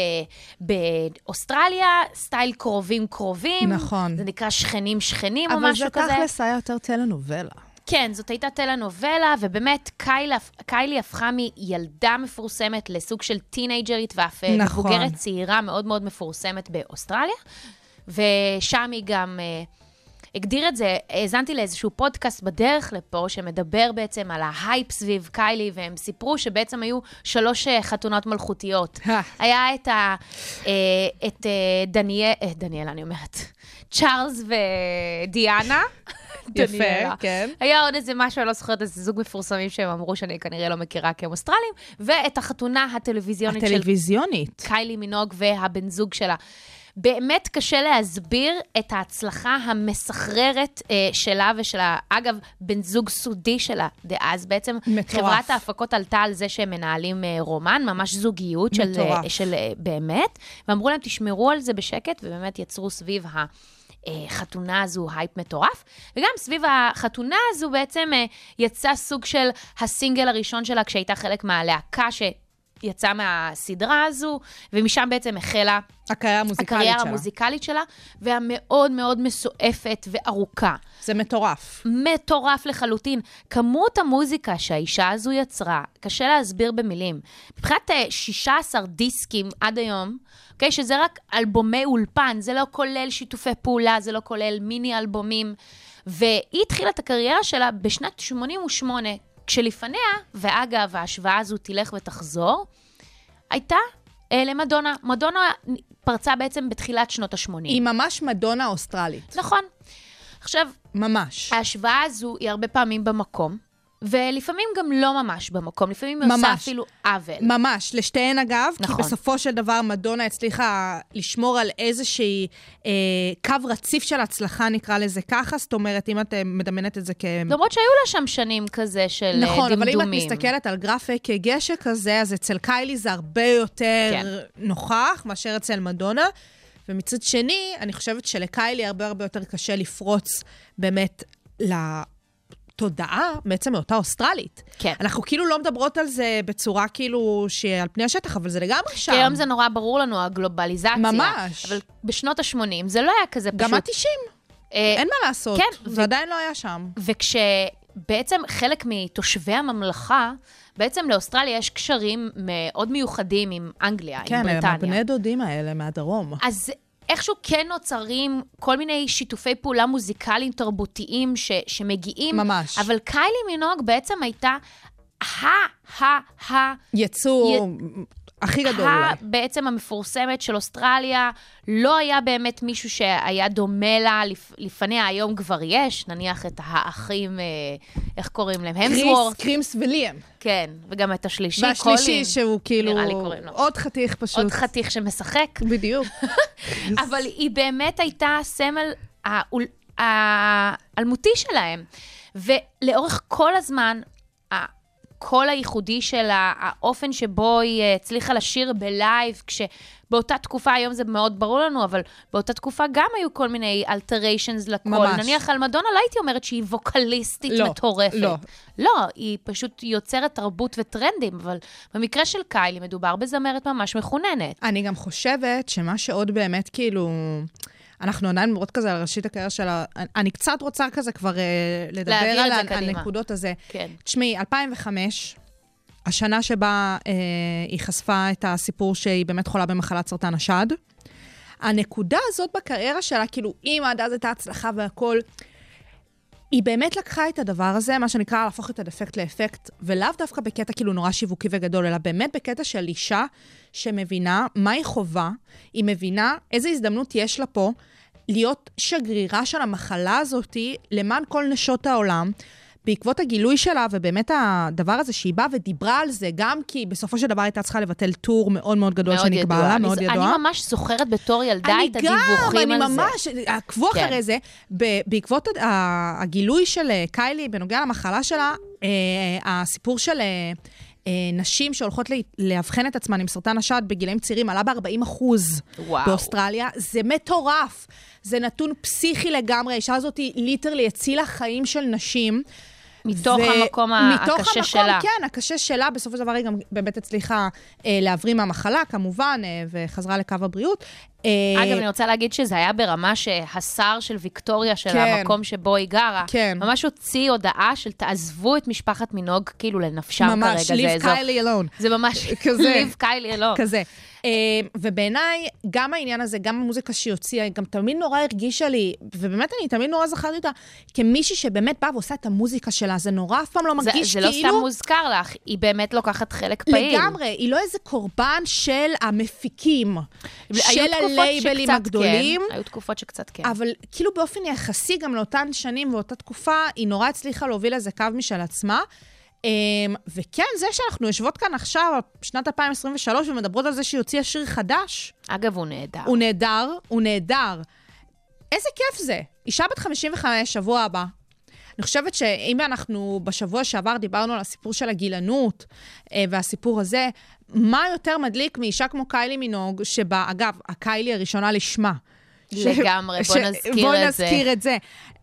D: באוסטרליה, סטייל קרובים קרובים.
E: נכון.
D: זה נקרא שכנים שכנים או
E: אבל
D: משהו
E: זה
D: כזה.
E: תכלס היה יותר טלנובלה.
D: כן, זאת הייתה טלנובלה, ובאמת קייל, קיילי הפכה מילדה מפורסמת לסוג של טינג'רית ואף אה,
E: נכון.
D: מבוגרת צעירה מאוד מאוד מפורסמת באוסטרליה, ושם היא גם... אה, הגדיר את זה, האזנתי לאיזשהו פודקאסט בדרך לפה, שמדבר בעצם על ההייפ סביב קיילי, והם סיפרו שבעצם היו שלוש אה, חתונות מלכותיות. היה את, ה, אה, את אה, דניאל, אה, דניאל, אני אומרת, צ'ארלס ודיאנה.
E: יפה,
D: דניאלה.
E: כן.
D: היה עוד איזה משהו, אני לא זוכרת, איזה זוג מפורסמים שהם אמרו שאני כנראה לא מכירה כי הם אוסטרלים, ואת החתונה הטלוויזיונית של כן.
E: הטלוויזיונית.
D: קיילי מינוג והבן זוג שלה. באמת קשה להסביר את ההצלחה המסחררת אה, שלה ושל, ה- אגב, בן זוג סודי שלה דאז. בעצם
E: מטורף.
D: חברת ההפקות עלתה על זה שהם מנהלים אה, רומן, ממש זוגיות של,
E: מטורף.
D: אה, של אה, באמת, ואמרו להם, תשמרו על זה בשקט, ובאמת יצרו סביב ה... אה, חתונה הזו הייפ מטורף, וגם סביב החתונה הזו בעצם אה, יצא סוג של הסינגל הראשון שלה כשהייתה חלק מהלהקה ש... יצאה מהסדרה הזו, ומשם בעצם החלה
E: הקריירה המוזיקלית
D: הקריירה
E: שלה.
D: המוזיקלית שלה, והמאוד מאוד מסועפת וארוכה.
E: זה מטורף.
D: מטורף לחלוטין. כמות המוזיקה שהאישה הזו יצרה, קשה להסביר במילים. מבחינת אה, 16 דיסקים עד היום, אוקיי, שזה רק אלבומי אולפן, זה לא כולל שיתופי פעולה, זה לא כולל מיני אלבומים. והיא התחילה את הקריירה שלה בשנת 88, כשלפניה, ואגב, ההשוואה הזו תלך ותחזור, הייתה אה, למדונה. מדונה פרצה בעצם בתחילת שנות
E: היא
D: ה-80.
E: ממש מדונה אוסטרלית.
D: נכון. עכשיו,
E: ממש.
D: ההשוואה הזו היא הרבה פעמים במקום, ולפעמים גם לא ממש במקום, לפעמים היא עושה
E: ממש.
D: אפילו עוול.
E: ממש, לשתיהן אגב,
D: נכון.
E: כי בסופו של דבר מדונה הצליחה לשמור על איזשהי אה, קו רציף של הצלחה, נקרא לזה ככה, זאת אומרת, אם את אה, מדמיינת את זה כ...
D: למרות שהיו לה שם שנים כזה של אה, דמדומים.
E: נכון, אבל אם את מסתכלת על גרפק גשק כזה, אז אצל קיילי זה הרבה יותר
D: כן.
E: נוכח מאשר אצל מדונה. ומצד שני, אני חושבת שלקיילי הרבה הרבה יותר קשה לפרוץ באמת לתודעה בעצם מאותה אוסטרלית.
D: כן.
E: אנחנו כאילו לא מדברות על זה בצורה כאילו שהיא על פני השטח, אבל זה לגמרי שם.
D: כי היום זה נורא ברור לנו, הגלובליזציה.
E: ממש.
D: אבל בשנות ה-80 זה לא היה כזה פשוט.
E: גם ה-90,
D: אה,
E: אין מה לעשות.
D: כן,
E: זה עדיין לא היה שם.
D: וכשבעצם חלק מתושבי הממלכה, בעצם לאוסטרליה יש קשרים מאוד מיוחדים עם אנגליה, עם
E: כן, הם
D: בריטניה. אה,
E: הבני דודים האלה מהדרום.
D: אז איכשהו כן נוצרים כל מיני שיתופי פעולה מוזיקליים, תרבותיים, ש, שמגיעים.
E: ממש.
D: אבל קיילי מינוג בעצם הייתה ה-ה-ה...
E: יצור הכי גדול
D: אה,
E: אולי.
D: בעצם המפורסמת של אוסטרליה, לא היה באמת מישהו שהיה דומה לה, לפ- לפניה היום כבר יש, נניח את האחים, אה, איך קוראים להם? המסוורט.
E: קריס, קרימס וליאם.
D: כן, וגם את השלישי, קולין.
E: והשלישי שהוא כאילו...
D: נראה לי קוראים לו.
E: עוד חתיך פשוט.
D: עוד חתיך שמשחק.
E: בדיוק.
D: אבל היא באמת הייתה סמל האול- האלמותי שלהם. ולאורך כל הזמן, הקול הייחודי שלה, האופן שבו היא אה, הצליחה לשיר בלייב, כשבאותה תקופה, היום זה מאוד ברור לנו, אבל באותה תקופה גם היו כל מיני אלטריישנס לקול.
E: ממש.
D: נניח על מדונה, לא הייתי אומרת שהיא ווקליסטית
E: לא,
D: מטורפת.
E: לא.
D: לא, היא פשוט יוצרת תרבות וטרנדים, אבל במקרה של קיילי מדובר בזמרת ממש מחוננת.
E: אני גם חושבת שמה שעוד באמת כאילו... אנחנו עדיין מדברות כזה על ראשית הקריירה שלה. אני- אני קצת רוצה כזה כבר אה, לדבר
D: להעביר
E: על,
D: את זה
E: ה-
D: קדימה.
E: הנקודות הזה.
D: כן.
E: תשמעי, 2005, השנה שבה אה, היא חשפה את הסיפור שהיא באמת חולה במחלת סרטן השד. הנקודה הזאת בקריירה שלה, כאילו, אם עד אז הייתה הצלחה והכול, היא באמת לקחה את הדבר הזה, מה שנקרא להפוך את הדפקט לאפקט, ולאו דווקא בקטע כאילו נורא שיווקי וגדול, אלא באמת בקטע של אישה שמבינה מה היא חווה, היא מבינה איזה הזדמנות יש לה פה להיות שגרירה של המחלה הזאתי למען כל נשות העולם. בעקבות הגילוי שלה, ובאמת הדבר הזה שהיא באה ודיברה על זה, גם כי בסופו של דבר הייתה צריכה לבטל טור מאוד מאוד גדול
D: מאוד
E: שנקבע
D: ידוע.
E: לה,
D: אני-
E: מאוד ידוע.
D: אני ממש זוכרת בתור ילדה את הדיווחים על זה.
E: אני גם, אני ממש, עקבו
D: כן.
E: אחרי זה. ב- בעקבות הד- ה- הגילוי של אה, קיילי בנוגע למחלה שלה, אה, הסיפור של אה, אה, נשים שהולכות לה- לאבחן את עצמן עם סרטן השד בגילאים צעירים עלה ב-40 אחוז
D: וואו.
E: באוסטרליה. זה מטורף. זה נתון פסיכי לגמרי. האישה הזאת היא ליטרלי הצילה חיים של נשים.
D: מתוך
E: ו-
D: המקום ה-
E: מתוך
D: הקשה
E: המקום,
D: שלה.
E: כן, הקשה שלה, בסופו של דבר היא גם באמת הצליחה אה, להבריא מהמחלה, כמובן, אה, וחזרה לקו הבריאות. אה,
D: אגב, אני רוצה להגיד שזה היה ברמה שהשר של ויקטוריה, של
E: כן.
D: המקום שבו היא גרה,
E: כן.
D: ממש הוציא הודעה של תעזבו את משפחת מינוג, כאילו לנפשם כרגע.
E: ממש,
D: זה
E: ליב
D: אזור-
E: קיילי אלון.
D: זה ממש,
E: כזה.
D: ליב קיילי, לא.
E: כזה. אה, ובעיניי, גם העניין הזה, גם המוזיקה שהיא הוציאה, היא גם תמיד נורא הרגישה לי, ובאמת אני תמיד נורא זכרתי אותה, כמישהי שבאמת באה ועושה את המוזיקה שלה, זה נורא אף פעם לא
D: זה,
E: מרגיש
D: זה
E: כאילו...
D: לא סתם מוזכר לך, היא באמת לוקחת חלק פעיל.
E: לגמרי, היא לא איזה קורבן של המפיקים,
D: היו
E: של
D: תקופות
E: הלייבלים
D: שקצת
E: הגדולים.
D: כן, היו תקופות שקצת כן.
E: אבל כאילו באופן יחסי גם לאותן שנים ואותה תקופה, היא נורא הצליחה להוביל איזה קו משל עצמה. אמ, וכן, זה שאנחנו יושבות כאן עכשיו, שנת 2023, ומדברות על זה שהיא הוציאה שיר חדש,
D: אגב, הוא נהדר.
E: הוא נהדר, הוא נהדר. איזה כיף זה. אישה בת 55, שבוע הבא. אני חושבת שאם אנחנו בשבוע שעבר דיברנו על הסיפור של הגילנות אה, והסיפור הזה, מה יותר מדליק מאישה כמו קיילי מינוג, שבה, אגב, הקיילי הראשונה לשמה.
D: לגמרי, בוא נזכיר
E: בוא
D: את זה.
E: נזכיר את זה.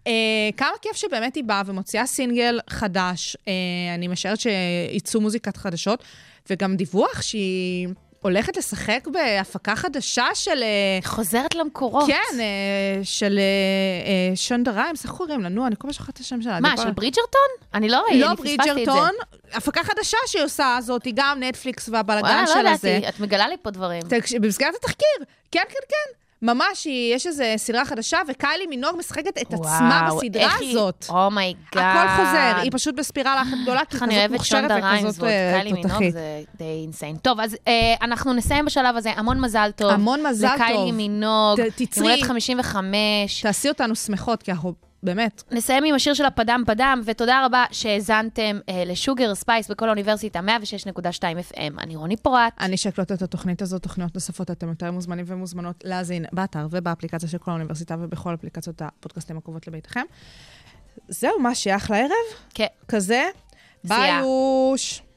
E: אה, כמה כיף שבאמת היא באה ומוציאה סינגל חדש. אה, אני משערת שיצאו מוזיקת חדשות, וגם דיווח שהיא הולכת לשחק בהפקה חדשה של... אה,
D: חוזרת למקורות.
E: כן, אה, של אה, אה, שונדה ריימס, איך קוראים לה? נו, אני כל הזמן שוכחת את השם שלה.
D: מה,
E: אני כל-
D: של ברידג'רטון? אני לא ראיתי,
E: לא
D: אני פספסתי את זה.
E: ברידג'רטון, הפקה חדשה שהיא עושה הזאת, היא גם נטפליקס והבלגן
D: וואלה,
E: של
D: לא
E: הזה.
D: ידעתי, את מגלה לי פה דברים.
E: תקש- במסגרת התחקיר, כן, כן, כן. ממש, היא- יש איזו סדרה חדשה, וקיילי מינור משחקת את עצמה
D: וואו,
E: בסדרה
D: איך היא-
E: הזאת.
D: אומייגאד.
E: הכל חוזר, היא פשוט בספירלה אחת גדולה, כי
D: איך
E: היא
D: אני
E: כזאת
D: אוהבת
E: מוכשרת
D: שונדה ריימס
E: וכזאת
D: ועוד
E: אה,
D: קיילי מינוג,
E: תותחית.
D: זה די אינסיין. טוב, אז אה, אנחנו נסיים בשלב הזה. המון מזל טוב.
E: המון מזל
D: לקיילי
E: טוב.
D: מינוג.
E: ת- תצאי.
D: יום הולדת 55.
E: תעשי אותנו שמחות, כי אנחנו, באמת,
D: נסיים עם השיר של הפדם פדם, ותודה רבה שהאזנתם אה, לשוגר ספייס בכל האוניברסיטה, 106.2 FM. אני רוני פורט.
E: אני שאקלוט את התוכנית הזאת, תוכניות נוספות, אתם יותר מוזמנים ומוזמנות להאזין באתר ובאפליקציה של כל האוניברסיטה ובכל אפליקציות הפודקאסטים הקרובות לביתכם. זהו מה שייך לערב,
D: כן.
E: כזה. ביי,
D: סייע.
E: יוש.